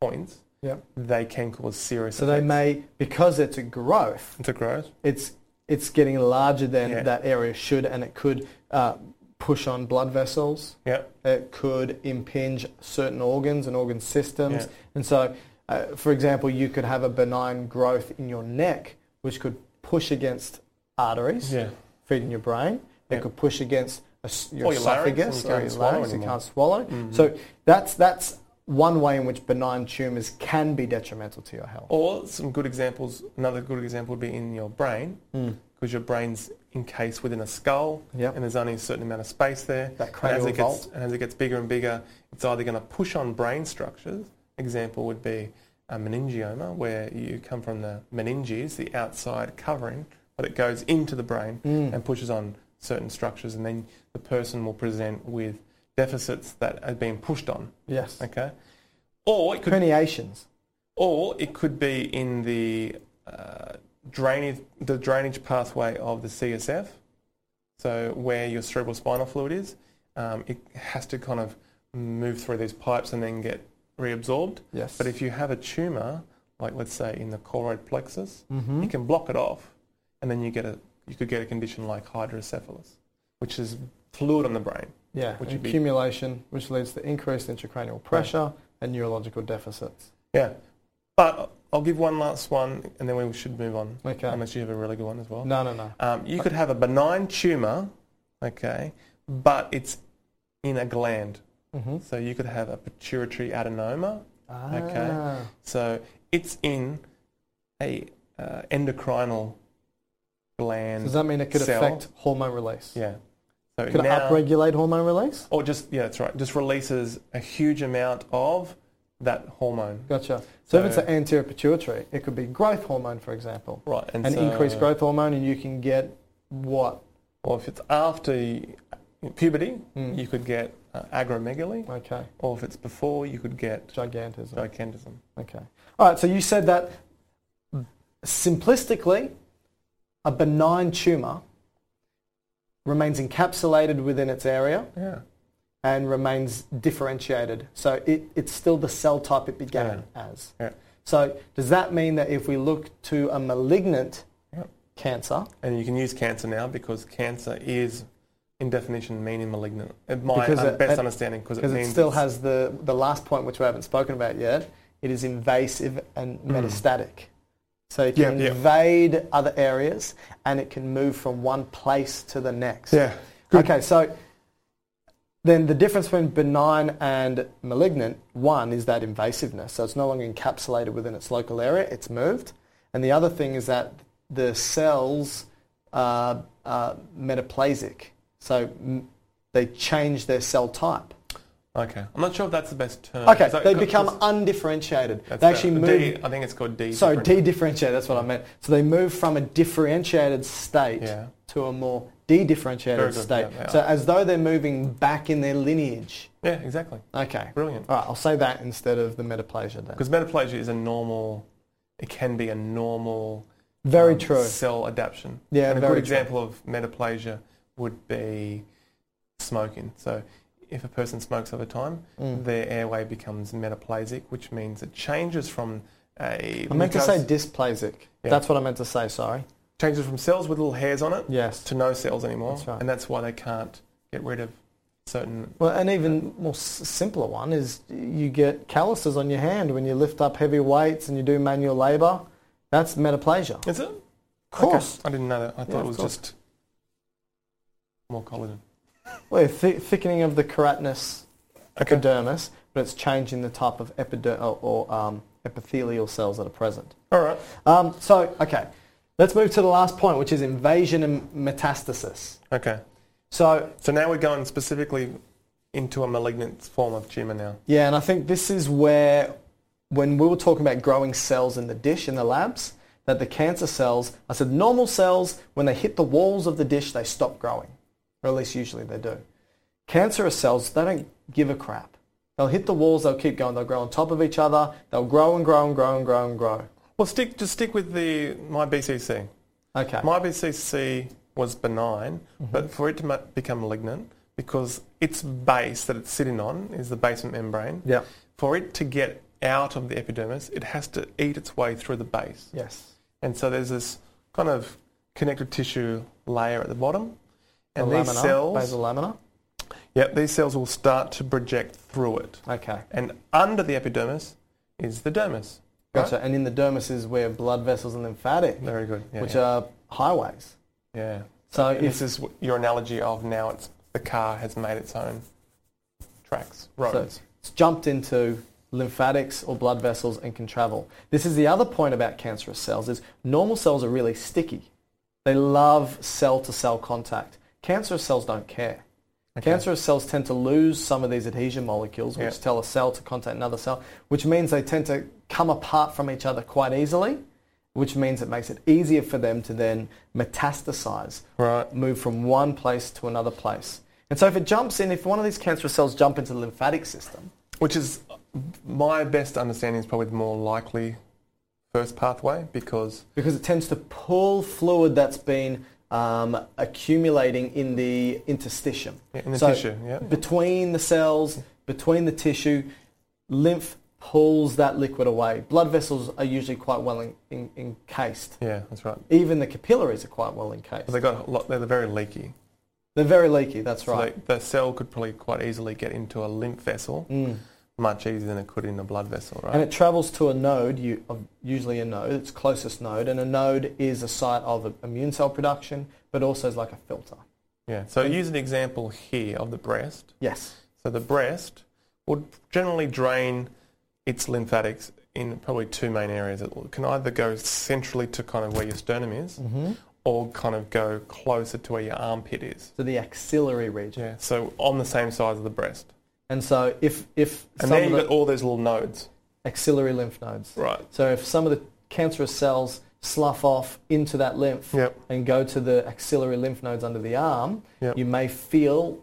Speaker 3: points,
Speaker 2: Yeah.
Speaker 3: they can cause serious
Speaker 2: So they
Speaker 3: effects.
Speaker 2: may, because it's a growth,
Speaker 3: It's a growth.
Speaker 2: it's it's getting larger than
Speaker 3: Yeah.
Speaker 2: that area should, and it could uh, push on blood vessels.
Speaker 3: Yeah.
Speaker 2: It could impinge certain organs and organ systems,
Speaker 3: Yeah.
Speaker 2: and so, uh, for example, you could have a benign growth in your neck, which could push against arteries
Speaker 3: Yeah.
Speaker 2: feeding your brain. It
Speaker 3: Yeah.
Speaker 2: could push against a s- your,
Speaker 3: Or your larynx, and
Speaker 2: esophagus
Speaker 3: you can't
Speaker 2: or your
Speaker 3: swallow
Speaker 2: larynx. You
Speaker 3: anymore. Mm-hmm.
Speaker 2: can't swallow. So that's that's one way in which benign tumours can be detrimental to your health.
Speaker 3: Or some good examples, another good example would be in your brain, because your brain's encased within a skull,
Speaker 2: Hmm. Yep.
Speaker 3: and there's only a certain amount of space there.
Speaker 2: That
Speaker 3: and as
Speaker 2: cranial
Speaker 3: it gets,
Speaker 2: vault.
Speaker 3: and as it gets bigger and bigger, it's either going to push on brain structures. Example would be a meningioma, where you come from the meninges, the outside covering, but it goes into the brain
Speaker 2: Hmm.
Speaker 3: and pushes on certain structures, and then the person will present with deficits that are being pushed on.
Speaker 2: Yes.
Speaker 3: Okay, or it could
Speaker 2: Herniations.
Speaker 3: or it could be in the uh, drainage, the drainage pathway of the CSF. So where your cerebral spinal fluid is, um, it has to kind of move through these pipes and then get reabsorbed.
Speaker 2: Yes.
Speaker 3: But if you have a tumor, like let's say in the choroid plexus,
Speaker 2: Hmm? Mm-hmm.
Speaker 3: you can block it off, and then you get a you could get a condition like hydrocephalus, which is fluid on the brain.
Speaker 2: Yeah,
Speaker 3: Which
Speaker 2: and
Speaker 3: would be-
Speaker 2: accumulation, which leads to increased intracranial pressure and neurological deficits.
Speaker 3: Yeah. But I'll give one last one and then we should move on.
Speaker 2: Okay.
Speaker 3: Unless you have a really good one as well.
Speaker 2: No, no, no.
Speaker 3: Um, you could have a benign tumour, okay, but it's in a gland. So you could have a pituitary adenoma, okay.
Speaker 2: Ah.
Speaker 3: So it's in a uh, endocrinal gland.
Speaker 2: Does that mean it could
Speaker 3: cell.
Speaker 2: affect hormone release?
Speaker 3: Yeah. So
Speaker 2: Could it
Speaker 3: now,
Speaker 2: upregulate hormone release?
Speaker 3: or just yeah, that's right. Just releases a huge amount of that hormone.
Speaker 2: Gotcha. So, if it's
Speaker 3: So-
Speaker 2: an anterior pituitary, it could be growth hormone, for example.
Speaker 3: Right, and
Speaker 2: And
Speaker 3: so-
Speaker 2: increased growth hormone, and you can get what?
Speaker 3: Or if it's after y- puberty,
Speaker 2: Hmm.
Speaker 3: you could get uh, agromegaly.
Speaker 2: Okay.
Speaker 3: Or if it's before, you could get
Speaker 2: Gigantism.
Speaker 3: gigantism.
Speaker 2: Okay. All right. So you said that simplistically, a benign tumor remains encapsulated within its area
Speaker 3: Yeah.
Speaker 2: and remains differentiated. So it, it's still the cell type it began as.
Speaker 3: Yeah.
Speaker 2: So does that mean that if we look to a malignant
Speaker 3: Yeah.
Speaker 2: cancer,
Speaker 3: And you can use cancer now because cancer is, in definition, meaning malignant. At my
Speaker 2: Because
Speaker 3: un-
Speaker 2: it-
Speaker 3: best
Speaker 2: it-
Speaker 3: understanding, because it
Speaker 2: because it
Speaker 3: means
Speaker 2: still
Speaker 3: it's-
Speaker 2: has the, the last point which we haven't spoken about yet, it is invasive and metastatic. So it can
Speaker 3: Hmm. Yeah, yeah.
Speaker 2: invade other areas and it can move from one place to the next.
Speaker 3: Yeah, good.
Speaker 2: Okay, so then the difference between benign and malignant, one is that invasiveness. So it's no longer encapsulated within its local area, it's moved. And the other thing is that the cells are, are metaplasic. So m- they change their cell type.
Speaker 3: Okay, I'm not sure if that's the best term.
Speaker 2: Okay,
Speaker 3: Is that
Speaker 2: they
Speaker 3: co-
Speaker 2: become
Speaker 3: 'cause
Speaker 2: undifferentiated.
Speaker 3: that's
Speaker 2: They actually
Speaker 3: the-
Speaker 2: move.
Speaker 3: D- I think it's called D.
Speaker 2: so
Speaker 3: different.
Speaker 2: de-differentiated. That's what I meant. So they move from a differentiated state
Speaker 3: Yeah.
Speaker 2: to a more
Speaker 3: Very
Speaker 2: de-differentiated
Speaker 3: good,
Speaker 2: state.
Speaker 3: yeah, yeah.
Speaker 2: So as though they're moving back in their lineage.
Speaker 3: Yeah, exactly.
Speaker 2: Okay,
Speaker 3: Brilliant.
Speaker 2: All right, I'll say that instead of the metaplasia then.
Speaker 3: Because metaplasia is a normal. It can be a normal.
Speaker 2: Very
Speaker 3: um,
Speaker 2: true.
Speaker 3: Cell adaptation.
Speaker 2: Yeah,
Speaker 3: and a
Speaker 2: very
Speaker 3: good
Speaker 2: true.
Speaker 3: example of metaplasia would be smoking. So, if a person smokes over time,
Speaker 2: Mm.
Speaker 3: their airway becomes metaplasic, which means it changes from a.
Speaker 2: I meant to say
Speaker 3: mucous-
Speaker 2: dysplasic.
Speaker 3: Yeah.
Speaker 2: That's what I meant to say. Sorry.
Speaker 3: changes from cells with little hairs on it
Speaker 2: Yes.
Speaker 3: to no cells anymore,
Speaker 2: That's right.
Speaker 3: and that's why they can't get rid of certain.
Speaker 2: Well, an even more s- simpler one is you get calluses on your hand when you lift up heavy weights and you do manual labour. That's metaplasia.
Speaker 3: Is it? Of
Speaker 2: course.
Speaker 3: I didn't know that. I thought
Speaker 2: of
Speaker 3: it was
Speaker 2: course.
Speaker 3: just more collagen.
Speaker 2: Well, th- thickening of the keratinous epidermis, but it's changing the type of epider- or, or um, epithelial cells that are present.
Speaker 3: All right.
Speaker 2: Um, so, okay, let's move to the last point, which is invasion and metastasis.
Speaker 3: Okay.
Speaker 2: So,
Speaker 3: So now we're going specifically into a malignant form of tumor now.
Speaker 2: yeah, and I think this is where, when we were talking about growing cells in the dish in the labs, that the cancer cells, I said normal cells, when they hit the walls of the dish, they stop growing, or at least usually they do. cancerous cells, they don't give a crap. They'll hit the walls, they'll keep going, they'll grow on top of each other, they'll grow and grow and grow and grow and grow.
Speaker 3: Well, stick just stick with the my BCC.
Speaker 2: Okay.
Speaker 3: My BCC was benign,
Speaker 2: Mm-hmm.
Speaker 3: but for it to ma- become malignant, because its base that it's sitting on is the basement membrane.
Speaker 2: Yeah.
Speaker 3: For it to get out of the epidermis, it has to eat its way through the base.
Speaker 2: yes.
Speaker 3: And so there's this kind of connective tissue layer at the bottom.
Speaker 2: The
Speaker 3: And these
Speaker 2: lamina,
Speaker 3: cells,
Speaker 2: basal lamina.
Speaker 3: yep, these cells will start to project through it.
Speaker 2: Okay.
Speaker 3: And under the epidermis is the dermis. right?
Speaker 2: Gotcha. And in the dermis is where blood vessels and lymphatic,
Speaker 3: Very good. Yeah,
Speaker 2: which
Speaker 3: yeah.
Speaker 2: are highways.
Speaker 3: yeah.
Speaker 2: So
Speaker 3: And
Speaker 2: if
Speaker 3: this is wh- your analogy of now it's the car has made its own tracks,
Speaker 2: so
Speaker 3: roads.
Speaker 2: it's it's jumped into lymphatics or blood vessels and can travel. This is the other point about cancerous cells is normal cells are really sticky. They love cell-to-cell contact. Cancerous cells don't care. Cancerous cells tend to lose some of these adhesion molecules, which
Speaker 3: Yeah.
Speaker 2: tell a cell to contact another cell, which means they tend to come apart from each other quite easily, which means it makes it easier for them to then metastasize,
Speaker 3: Right.
Speaker 2: move from one place to another place. And so if it jumps in, if one of these cancerous cells jump into the lymphatic system,
Speaker 3: Which is my best understanding is probably the more likely first pathway because
Speaker 2: because it tends to pull fluid that's been um, accumulating in the interstitium.
Speaker 3: Yeah, in the tissue, yeah.
Speaker 2: Between the cells, between the tissue, lymph pulls that liquid away. Blood vessels are usually quite well en- en- encased.
Speaker 3: yeah, that's right.
Speaker 2: Even the capillaries are quite well encased.
Speaker 3: But they got a lot, they're very leaky.
Speaker 2: They're very leaky, that's
Speaker 3: So
Speaker 2: right.
Speaker 3: they- the cell could probably quite easily get into a lymph vessel, much easier than it could in a blood vessel, right?
Speaker 2: Mm. And it travels to a node, you, of- usually a node, its closest node, and a node is a site of a- immune cell production, but also is like a filter.
Speaker 3: yeah. So use an example here of the breast.
Speaker 2: Yes.
Speaker 3: So the breast will generally drain its lymphatics in probably two main areas. It will- can either go centrally to kind of where your sternum is,
Speaker 2: Mm-hmm.
Speaker 3: or kind of go closer to where your armpit is.
Speaker 2: So the axillary region.
Speaker 3: Yeah. So on the same size of the breast.
Speaker 2: And so if, if
Speaker 3: And
Speaker 2: some
Speaker 3: there
Speaker 2: of
Speaker 3: you've
Speaker 2: the
Speaker 3: got all those little nodes.
Speaker 2: axillary lymph nodes.
Speaker 3: Right.
Speaker 2: So if some of the cancerous cells slough off into that lymph
Speaker 3: Yep.
Speaker 2: and go to the axillary lymph nodes under the arm,
Speaker 3: Yep.
Speaker 2: you may feel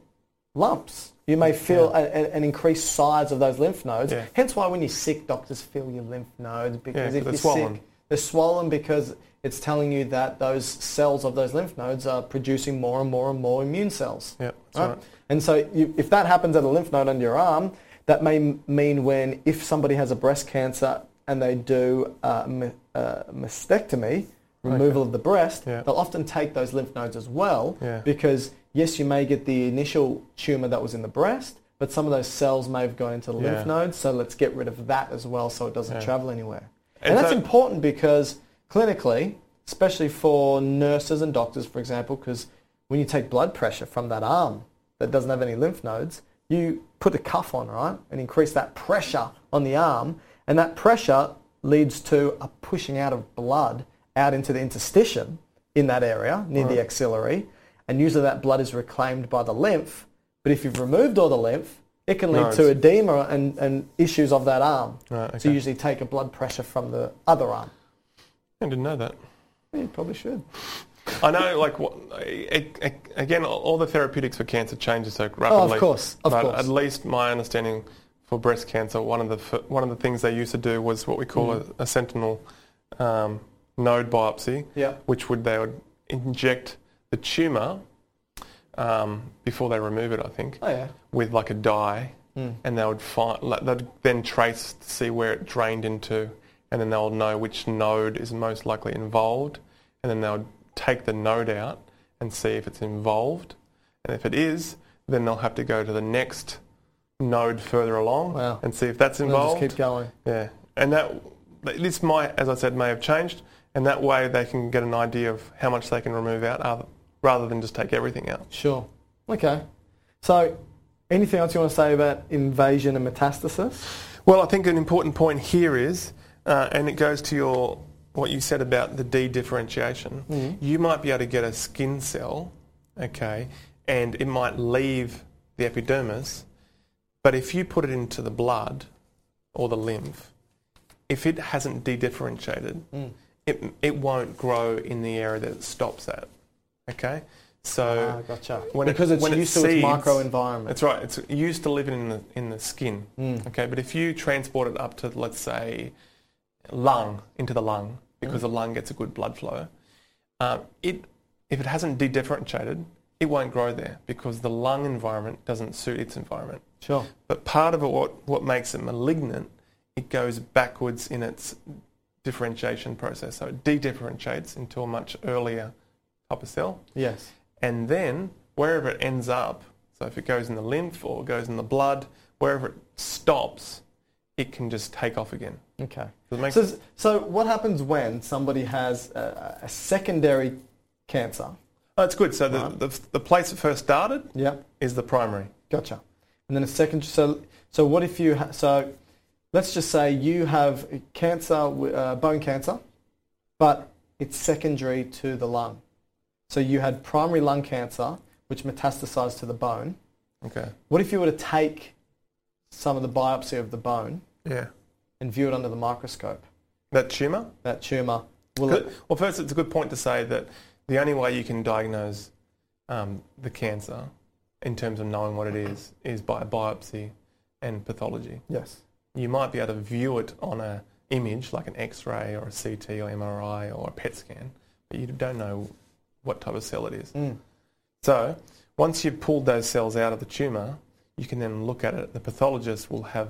Speaker 2: lumps. You may feel a, a, an increased size of those lymph nodes.
Speaker 3: Yeah.
Speaker 2: Hence why when you're sick, doctors feel your lymph nodes because
Speaker 3: 'cause
Speaker 2: if
Speaker 3: they're
Speaker 2: you're
Speaker 3: swollen.
Speaker 2: sick, they're swollen because it's telling you that those cells of those lymph nodes are producing more and more and more immune cells.
Speaker 3: Yep, that's right.
Speaker 2: And so you, if that happens at a lymph node under your arm, that may m- mean when if somebody has a breast cancer and they do a, my- a mastectomy, removal of the breast,
Speaker 3: Yeah.
Speaker 2: they'll often take those lymph nodes as well
Speaker 3: Yeah.
Speaker 2: because yes, you may get the initial tumor that was in the breast, but some of those cells may have gone into the lymph
Speaker 3: Yeah.
Speaker 2: nodes, so let's get rid of that as well so it doesn't travel anywhere. And,
Speaker 3: And
Speaker 2: that's
Speaker 3: so-
Speaker 2: important because clinically, especially for nurses and doctors, for example, because when you take blood pressure from that arm that doesn't have any lymph nodes, you put a cuff on, right, and increase that pressure on the arm, and that pressure leads to a pushing out of blood out into the interstitium in that area near the axillary, and usually that blood is reclaimed by the lymph. But if you've removed all the lymph, it can lead
Speaker 3: No,
Speaker 2: to
Speaker 3: it's-
Speaker 2: edema and, and issues of that arm.
Speaker 3: Right,
Speaker 2: So you
Speaker 3: okay.
Speaker 2: usually take a blood pressure from the other arm.
Speaker 3: I didn't know that.
Speaker 2: You probably should.
Speaker 3: I know, like, what, I- I- I- again, all the therapeutics for cancer changes so rapidly.
Speaker 2: course, Oh, of
Speaker 3: but
Speaker 2: course.
Speaker 3: At least my understanding for breast cancer, one of the f- one of the things they used to do was what we call
Speaker 2: Mm.
Speaker 3: a, a sentinel um, node biopsy,
Speaker 2: Yeah.
Speaker 3: which would they would inject the tumor um, before they remove it, I think,
Speaker 2: Oh, yeah.
Speaker 3: with like a dye,
Speaker 2: Hmm.
Speaker 3: and they would find like, they'd then trace to see where it drained into, and then they'll know which node is most likely involved, and then they'll take the node out and see if it's involved, and if it is, then they'll have to go to the next node further along
Speaker 2: Wow.
Speaker 3: and see if that's
Speaker 2: And they'll
Speaker 3: involved.
Speaker 2: just keep going.
Speaker 3: Yeah, and that this might, as I said, may have changed, and that way they can get an idea of how much they can remove out, other- rather than just take everything out.
Speaker 2: Sure. Okay. So, anything else you want to say about invasion and metastasis?
Speaker 3: Well, I think an important point here is, uh, and it goes to your what you said about the de-differentiation.
Speaker 2: Mm-hmm.
Speaker 3: You might be able to get a skin cell, okay, and it might leave the epidermis, but if you put it into the blood or the lymph, if it hasn't de-differentiated,
Speaker 2: Mm.
Speaker 3: it it won't grow in the area that it stops at. Okay, so
Speaker 2: Ah, gotcha.
Speaker 3: when it-
Speaker 2: Because it's
Speaker 3: when Uh, it
Speaker 2: used to its
Speaker 3: seeds-
Speaker 2: microenvironment. Mm.
Speaker 3: That's right. It's used to living in the in the skin. Okay, but if you transport it up to let's say lung into the lung because
Speaker 2: Mm.
Speaker 3: the lung gets a good blood flow, um, it if it hasn't de-differentiated, it won't grow there because the lung environment doesn't suit its environment.
Speaker 2: Sure.
Speaker 3: But part of it, what, what makes it malignant, it goes backwards in its differentiation process. So it de-differentiates into a much earlier type of cell.
Speaker 2: Yes.
Speaker 3: And then wherever it ends up, so if it goes in the lymph or goes in the blood, wherever it stops, it can just take off again.
Speaker 2: Okay.
Speaker 3: Does it make
Speaker 2: So, so what happens when somebody has a, a secondary cancer?
Speaker 3: Oh, that's good. So the, the, the place it first started
Speaker 2: Yep.
Speaker 3: is the primary.
Speaker 2: Gotcha. And then a second. So, so what if you? Ha- so, let's just say you have cancer, wi- uh, bone cancer, but it's secondary to the lung. So you had primary lung cancer, which metastasized to the bone.
Speaker 3: Okay.
Speaker 2: What if you were to take some of the biopsy of the bone
Speaker 3: Yeah.
Speaker 2: and view it under the microscope?
Speaker 3: That tumour?
Speaker 2: That tumor. Will
Speaker 3: Good.
Speaker 2: it?
Speaker 3: Well, first, it's a good point to say that the only way you can diagnose um, the cancer in terms of knowing what it is is by biopsy and pathology.
Speaker 2: Yes.
Speaker 3: You might be able to view it on a image like an X-ray or a CT or MRI or a PET scan, but you don't know what type of cell it is. So once you've pulled those cells out of the tumour, you can then look at it. The pathologist will have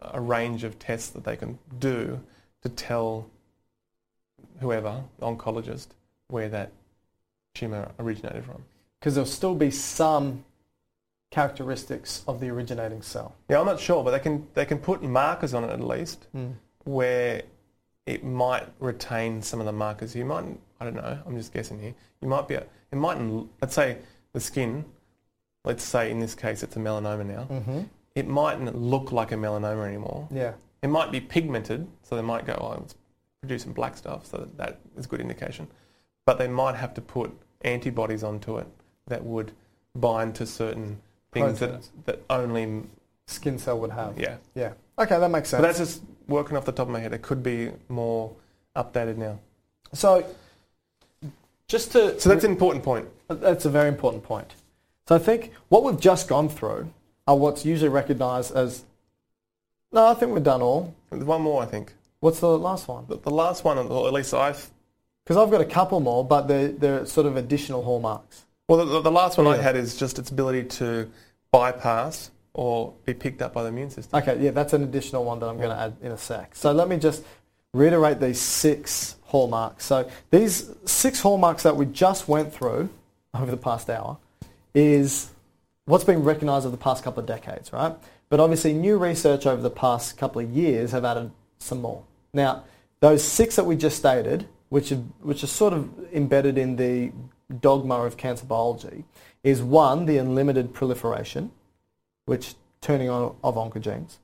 Speaker 3: a range of tests that they can do to tell whoever, the oncologist, where that tumour originated from.
Speaker 2: Because there'll still be some characteristics of the originating cell.
Speaker 3: Yeah, I'm not sure, but they can they can put markers on it at least where it might retain some of the markers. You might I don't know. I'm just guessing here. You might be it mightn't. Let's say the skin. Let's say in this case it's a melanoma now. It mightn't look like a melanoma anymore.
Speaker 2: Yeah.
Speaker 3: It might be pigmented, so they might go, oh, it's producing black stuff, so that, that is a good indication. But they might have to put antibodies onto it that would bind to certain things that,
Speaker 2: Proteins.
Speaker 3: that only,
Speaker 2: Skin cell would have.
Speaker 3: yeah.
Speaker 2: Yeah. Okay, that makes
Speaker 3: But
Speaker 2: sense.
Speaker 3: that's just working off the top of my head. It could be more updated now.
Speaker 2: so just to
Speaker 3: So that's an important point.
Speaker 2: That's a very important point. So I think what we've just gone through are what's usually recognised as. No, I think we've done all.
Speaker 3: There's one more, I think.
Speaker 2: What's the last one?
Speaker 3: The, the last one, or at least I,
Speaker 2: Because I've got a couple more, but they're, they're sort of additional hallmarks.
Speaker 3: well, the, the last one I
Speaker 2: Yeah.
Speaker 3: had is just its ability to bypass or be picked up by the immune system.
Speaker 2: Okay, yeah, that's an additional one that I'm going to add in a sec. So let me just reiterate these six hallmarks. So these six hallmarks that we just went through over the past hour is what's been recognised over the past couple of decades, right? But obviously, new research over the past couple of years have added some more. Now, those six that we just stated, which are, which are sort of embedded in the dogma of cancer biology, is one, the unlimited proliferation which turning on of oncogenes.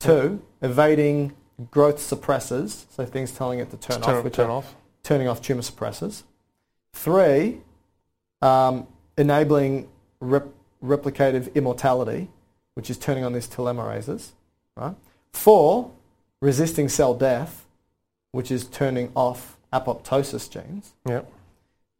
Speaker 2: Two, evading growth suppressors, so things telling it to turn
Speaker 3: Turn-
Speaker 2: off, which
Speaker 3: turn
Speaker 2: are
Speaker 3: off.
Speaker 2: turning off tumor suppressors. Three, um, enabling rep- replicative immortality, which is turning on these telomerase. Right? Four, resisting cell death, which is turning off apoptosis genes.
Speaker 3: Yeah.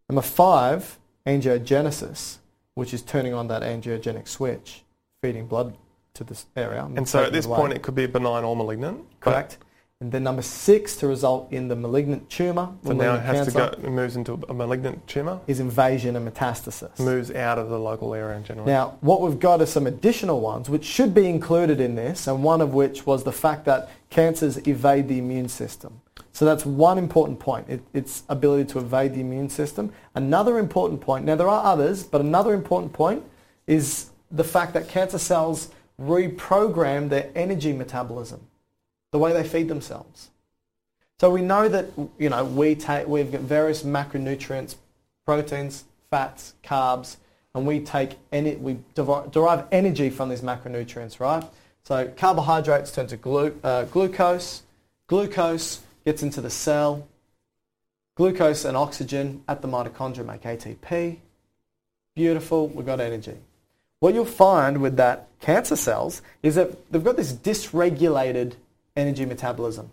Speaker 2: Number five, angiogenesis, which is turning on that angiogenic switch, feeding blood to this area.
Speaker 3: And so at
Speaker 2: taking
Speaker 3: this
Speaker 2: away.
Speaker 3: point, it could be benign or malignant. but
Speaker 2: correct. And then number six, to result in the malignant tumour,
Speaker 3: For now, it
Speaker 2: malignant
Speaker 3: has to
Speaker 2: cancer,
Speaker 3: go. It moves into a malignant tumour.
Speaker 2: is invasion and metastasis.
Speaker 3: Moves out of the local area in general.
Speaker 2: Now, what we've got are some additional ones which should be included in this, and one of which was the fact that cancers evade the immune system. So that's one important point, it, its ability to evade the immune system. Another important point, now there are others, but another important point is the fact that cancer cells reprogram their energy metabolism, the way they feed themselves. So we know that you know we take we've got various macronutrients, proteins, fats, carbs, and we take any we devi- derive energy from these macronutrients, right? So carbohydrates turn to glu- uh, glucose. Glucose gets into the cell. Glucose and oxygen at the mitochondria make ATP. Beautiful, we've got energy. What you'll find with that cancer cells is that they've got this dysregulated energy metabolism.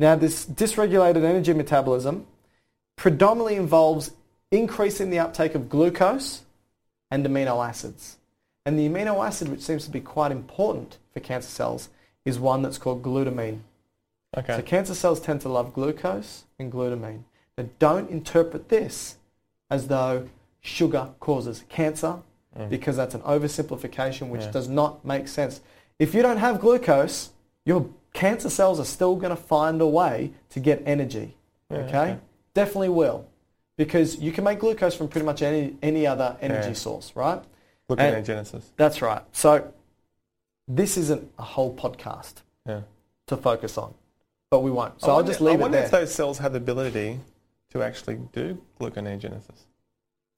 Speaker 2: Now, this dysregulated energy metabolism predominantly involves increasing the uptake of glucose and amino acids. And the amino acid, which seems to be quite important for cancer cells, is one that's called glutamine. So
Speaker 3: okay.
Speaker 2: cancer cells tend to love glucose and glutamine. Now, don't interpret this as though sugar causes cancer,
Speaker 3: Mm.
Speaker 2: because that's an oversimplification which does not make sense. If you don't have glucose, your cancer cells are still going to find a way to get energy. okay? Definitely will. Because you can make glucose from pretty much any, any other energy
Speaker 3: Yeah.
Speaker 2: source, right?
Speaker 3: Look
Speaker 2: and-
Speaker 3: at genesis.
Speaker 2: That's right. So this isn't a whole podcast
Speaker 3: Yeah.
Speaker 2: to focus on, but we won't. So
Speaker 3: I
Speaker 2: I'll
Speaker 3: wonder-
Speaker 2: just leave
Speaker 3: I
Speaker 2: it
Speaker 3: wonder
Speaker 2: there.
Speaker 3: if those cells have the ability to actually do gluconeogenesis.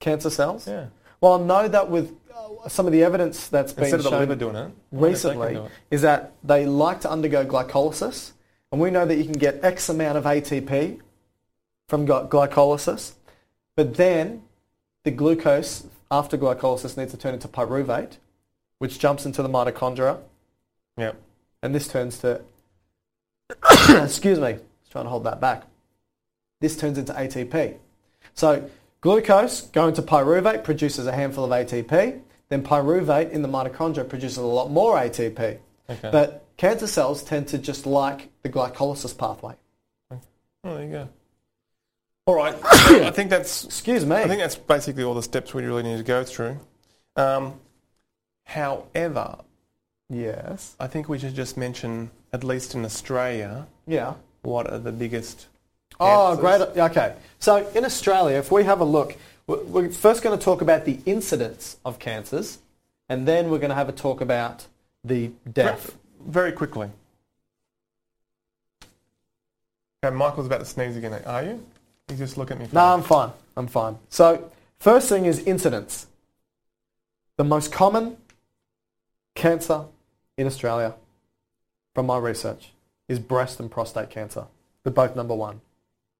Speaker 2: cancer cells.
Speaker 3: Yeah.
Speaker 2: Well, I know that with uh, some of the evidence that's been
Speaker 3: Instead of the
Speaker 2: shown
Speaker 3: liver doing it. I wonder if they can
Speaker 2: recently
Speaker 3: do it.
Speaker 2: is that they like to undergo glycolysis, and we know that you can get X amount of ATP from gly- glycolysis, but then the glucose after glycolysis needs to turn into pyruvate, which jumps into the mitochondria,
Speaker 3: Yeah.
Speaker 2: and this turns to excuse me, I was trying to hold that back. This turns into ATP. So glucose going to pyruvate produces a handful of ATP. Then pyruvate in the mitochondria produces a lot more ATP.
Speaker 3: Okay.
Speaker 2: But cancer cells tend to just like the glycolysis pathway.
Speaker 3: Oh, there you go. All right. I think that's
Speaker 2: Excuse me.
Speaker 3: I think that's basically all the steps we really need to go through. Um, however,
Speaker 2: yes.
Speaker 3: I think we should just mention, at least in Australia,
Speaker 2: Yeah.
Speaker 3: what are the biggest.
Speaker 2: Oh,
Speaker 3: cancers.
Speaker 2: great. Okay. So in Australia, if we have a look, we- we're first going to talk about the incidence of cancers, and then we're going to have a talk about the death.
Speaker 3: Very quickly. Okay, Michael's about to sneeze again. Are you? You just look at me.
Speaker 2: No, I'm fine. I'm fine. So, first thing is incidence. The most common cancer in Australia, from my research, is breast and prostate cancer. They're both number one.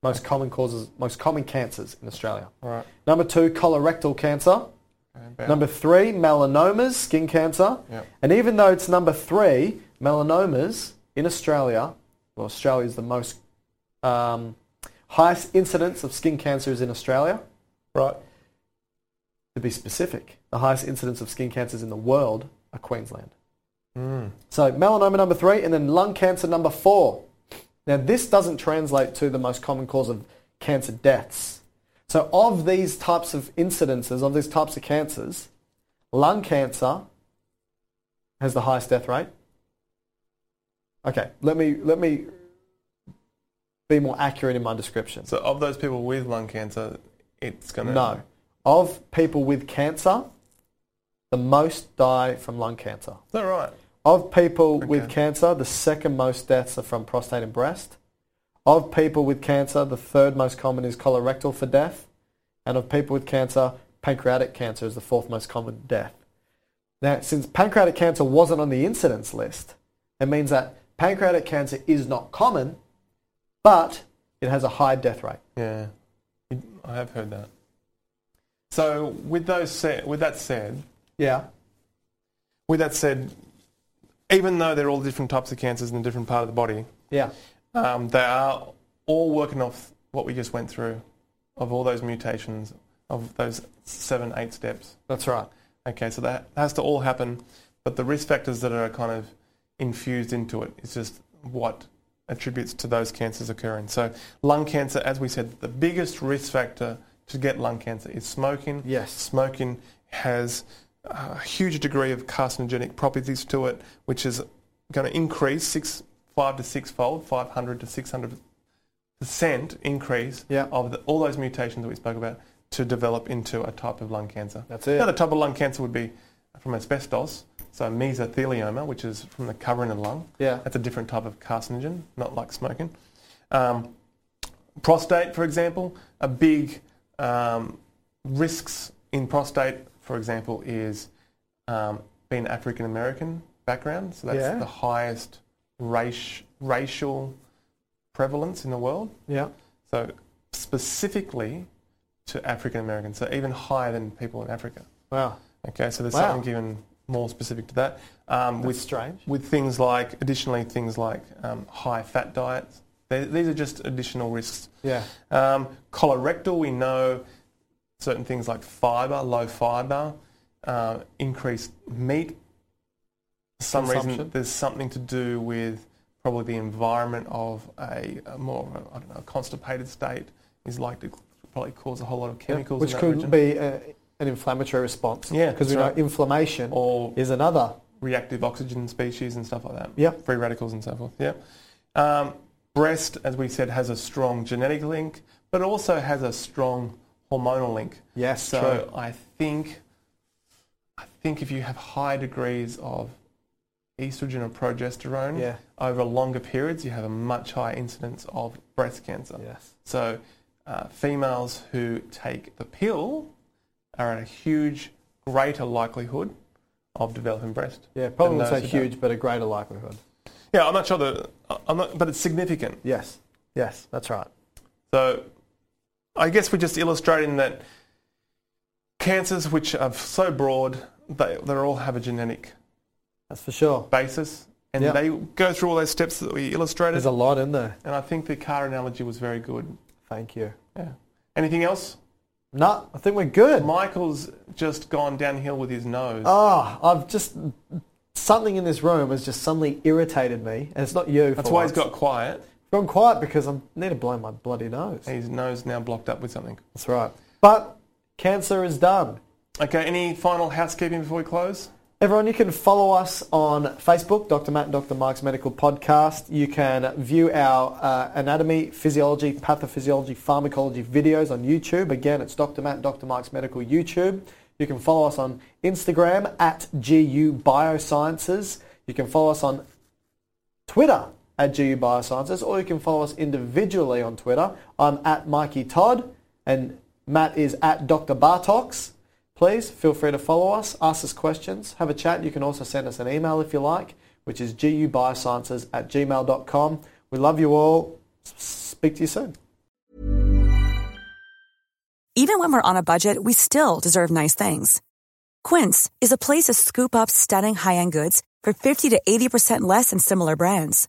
Speaker 2: Most common causes, most common cancers in Australia.
Speaker 3: Right.
Speaker 2: Number two, colorectal cancer.
Speaker 3: Okay, about-
Speaker 2: Number three, melanomas, skin cancer.
Speaker 3: Yep.
Speaker 2: And even though it's number three, melanomas in Australia, well, Australia is the most um, highest incidence of skin cancer is in Australia.
Speaker 3: Right.
Speaker 2: To be specific, the highest incidence of skin cancers in the world are Queensland.
Speaker 3: Mm.
Speaker 2: So melanoma number three, and then lung cancer number four. Now this doesn't translate to the most common cause of cancer deaths. So of these types of incidences, of these types of cancers, lung cancer has the highest death rate. Okay, let me let me be more accurate in my description.
Speaker 3: So of those people with lung cancer, it's gonna
Speaker 2: No. Of people with cancer, the most die from lung cancer.
Speaker 3: Is that right?
Speaker 2: Of people with
Speaker 3: Okay.
Speaker 2: cancer, the second most deaths are from prostate and breast. Of people with cancer, the third most common is colorectal for death. And of people with cancer, pancreatic cancer is the fourth most common death. Now, since pancreatic cancer wasn't on the incidence list, it means that pancreatic cancer is not common, but it has a high death rate.
Speaker 3: Yeah, You- I have heard that. So with those said, with that said,
Speaker 2: Yeah.
Speaker 3: with that said, even though they're all different types of cancers in a different part of the body,
Speaker 2: Yeah.
Speaker 3: um, they are all working off what we just went through, of all those mutations, of those seven, eight steps.
Speaker 2: That's right.
Speaker 3: Okay, so that has to all happen, but the risk factors that are kind of infused into it is just what attributes to those cancers occurring. So lung cancer, as we said, the biggest risk factor to get lung cancer is smoking.
Speaker 2: Yes.
Speaker 3: Smoking has a huge degree of carcinogenic properties to it, which is going to increase six, five to sixfold, 500 to 600 percent increase
Speaker 2: Yeah.
Speaker 3: of the, all those mutations that we spoke about to develop into a type of lung cancer.
Speaker 2: That's it.
Speaker 3: Another type of lung cancer would be from asbestos, so mesothelioma, which is from the covering of the lung.
Speaker 2: Yeah.
Speaker 3: That's a different type of carcinogen, not like smoking. Um, prostate, for example, a big um, risks in prostate, for example, is um, being African American background. So that's
Speaker 2: Yeah.
Speaker 3: the highest race, racial prevalence in the world.
Speaker 2: Yeah.
Speaker 3: So specifically to African Americans, so even higher than people in Africa.
Speaker 2: Wow.
Speaker 3: Okay, so there's
Speaker 2: Wow.
Speaker 3: something given more specific to that. Um,
Speaker 2: That's
Speaker 3: with
Speaker 2: strange.
Speaker 3: with things like additionally things like um, high fat diets. They, these are just additional risks.
Speaker 2: Yeah.
Speaker 3: Um, colorectal, we know certain things like fiber, low fiber, uh, increased meat. For some reason,
Speaker 2: Consumption.
Speaker 3: there's something to do with probably the environment of a, a more, of a, I don't know, constipated state is likely to probably cause a whole lot of
Speaker 2: Yeah,
Speaker 3: chemicals.
Speaker 2: which
Speaker 3: in that
Speaker 2: could
Speaker 3: region.
Speaker 2: be a, an inflammatory response.
Speaker 3: Yeah,
Speaker 2: because we
Speaker 3: that's
Speaker 2: know
Speaker 3: right.
Speaker 2: inflammation
Speaker 3: Or-
Speaker 2: is another.
Speaker 3: reactive oxygen species and stuff like that.
Speaker 2: Yep.
Speaker 3: Free radicals and so forth. Yeah. Um, breast, as we said, has a strong genetic link, but also has a strong hormonal link.
Speaker 2: Yes,
Speaker 3: So I think, I think if you have high degrees of estrogen or progesterone
Speaker 2: Yeah.
Speaker 3: over longer periods, you have a much higher incidence of breast cancer.
Speaker 2: Yes.
Speaker 3: So uh, females who take the pill are at a huge, greater likelihood of developing breast.
Speaker 2: Yeah, probably
Speaker 3: than
Speaker 2: not so
Speaker 3: those who don't.
Speaker 2: huge, but a greater likelihood.
Speaker 3: Yeah, I'm not sure that, I'm not, but it's significant.
Speaker 2: Yes. Yes, that's right.
Speaker 3: So I guess we're just illustrating that cancers, which are so broad, they, they all have a genetic
Speaker 2: That's for sure.
Speaker 3: basis, and
Speaker 2: Yeah.
Speaker 3: they go through all those steps that we illustrated.
Speaker 2: There's a lot in there.
Speaker 3: and I think the car analogy was very good.
Speaker 2: Thank you.
Speaker 3: Yeah. Anything else?
Speaker 2: No, I think we're good.
Speaker 3: Michael's just gone downhill with his nose.
Speaker 2: Oh, I've just something in this room has just suddenly irritated me, and it's not you.
Speaker 3: That's
Speaker 2: for
Speaker 3: why he's
Speaker 2: once.
Speaker 3: got quiet.
Speaker 2: gone quiet because I need to blow my bloody nose.
Speaker 3: His nose now blocked up with something.
Speaker 2: That's right. But cancer is done.
Speaker 3: Okay, any final housekeeping before we close?
Speaker 2: Everyone, you can follow us on Facebook, Dr. Matt and Dr. Mike's Medical Podcast. You can view our uh, anatomy, physiology, pathophysiology, pharmacology videos on YouTube. Again, it's Dr. Matt and Dr. Mike's Medical YouTube. You can follow us on Instagram at GU Biosciences. You can follow us on Twitter at GU Biosciences, or you can follow us individually on Twitter. I'm at Mikey Todd, and Matt is at Dr. Bartox. Please feel free to follow us, ask us questions, have a chat. You can also send us an email if you like, which is gubiosciences at gmail.com. We love you all. S- Speak to you soon.
Speaker 4: Even when we're on a budget, we still deserve nice things. Quince is a place to scoop up stunning high-end goods for 50 to 80% less than similar brands.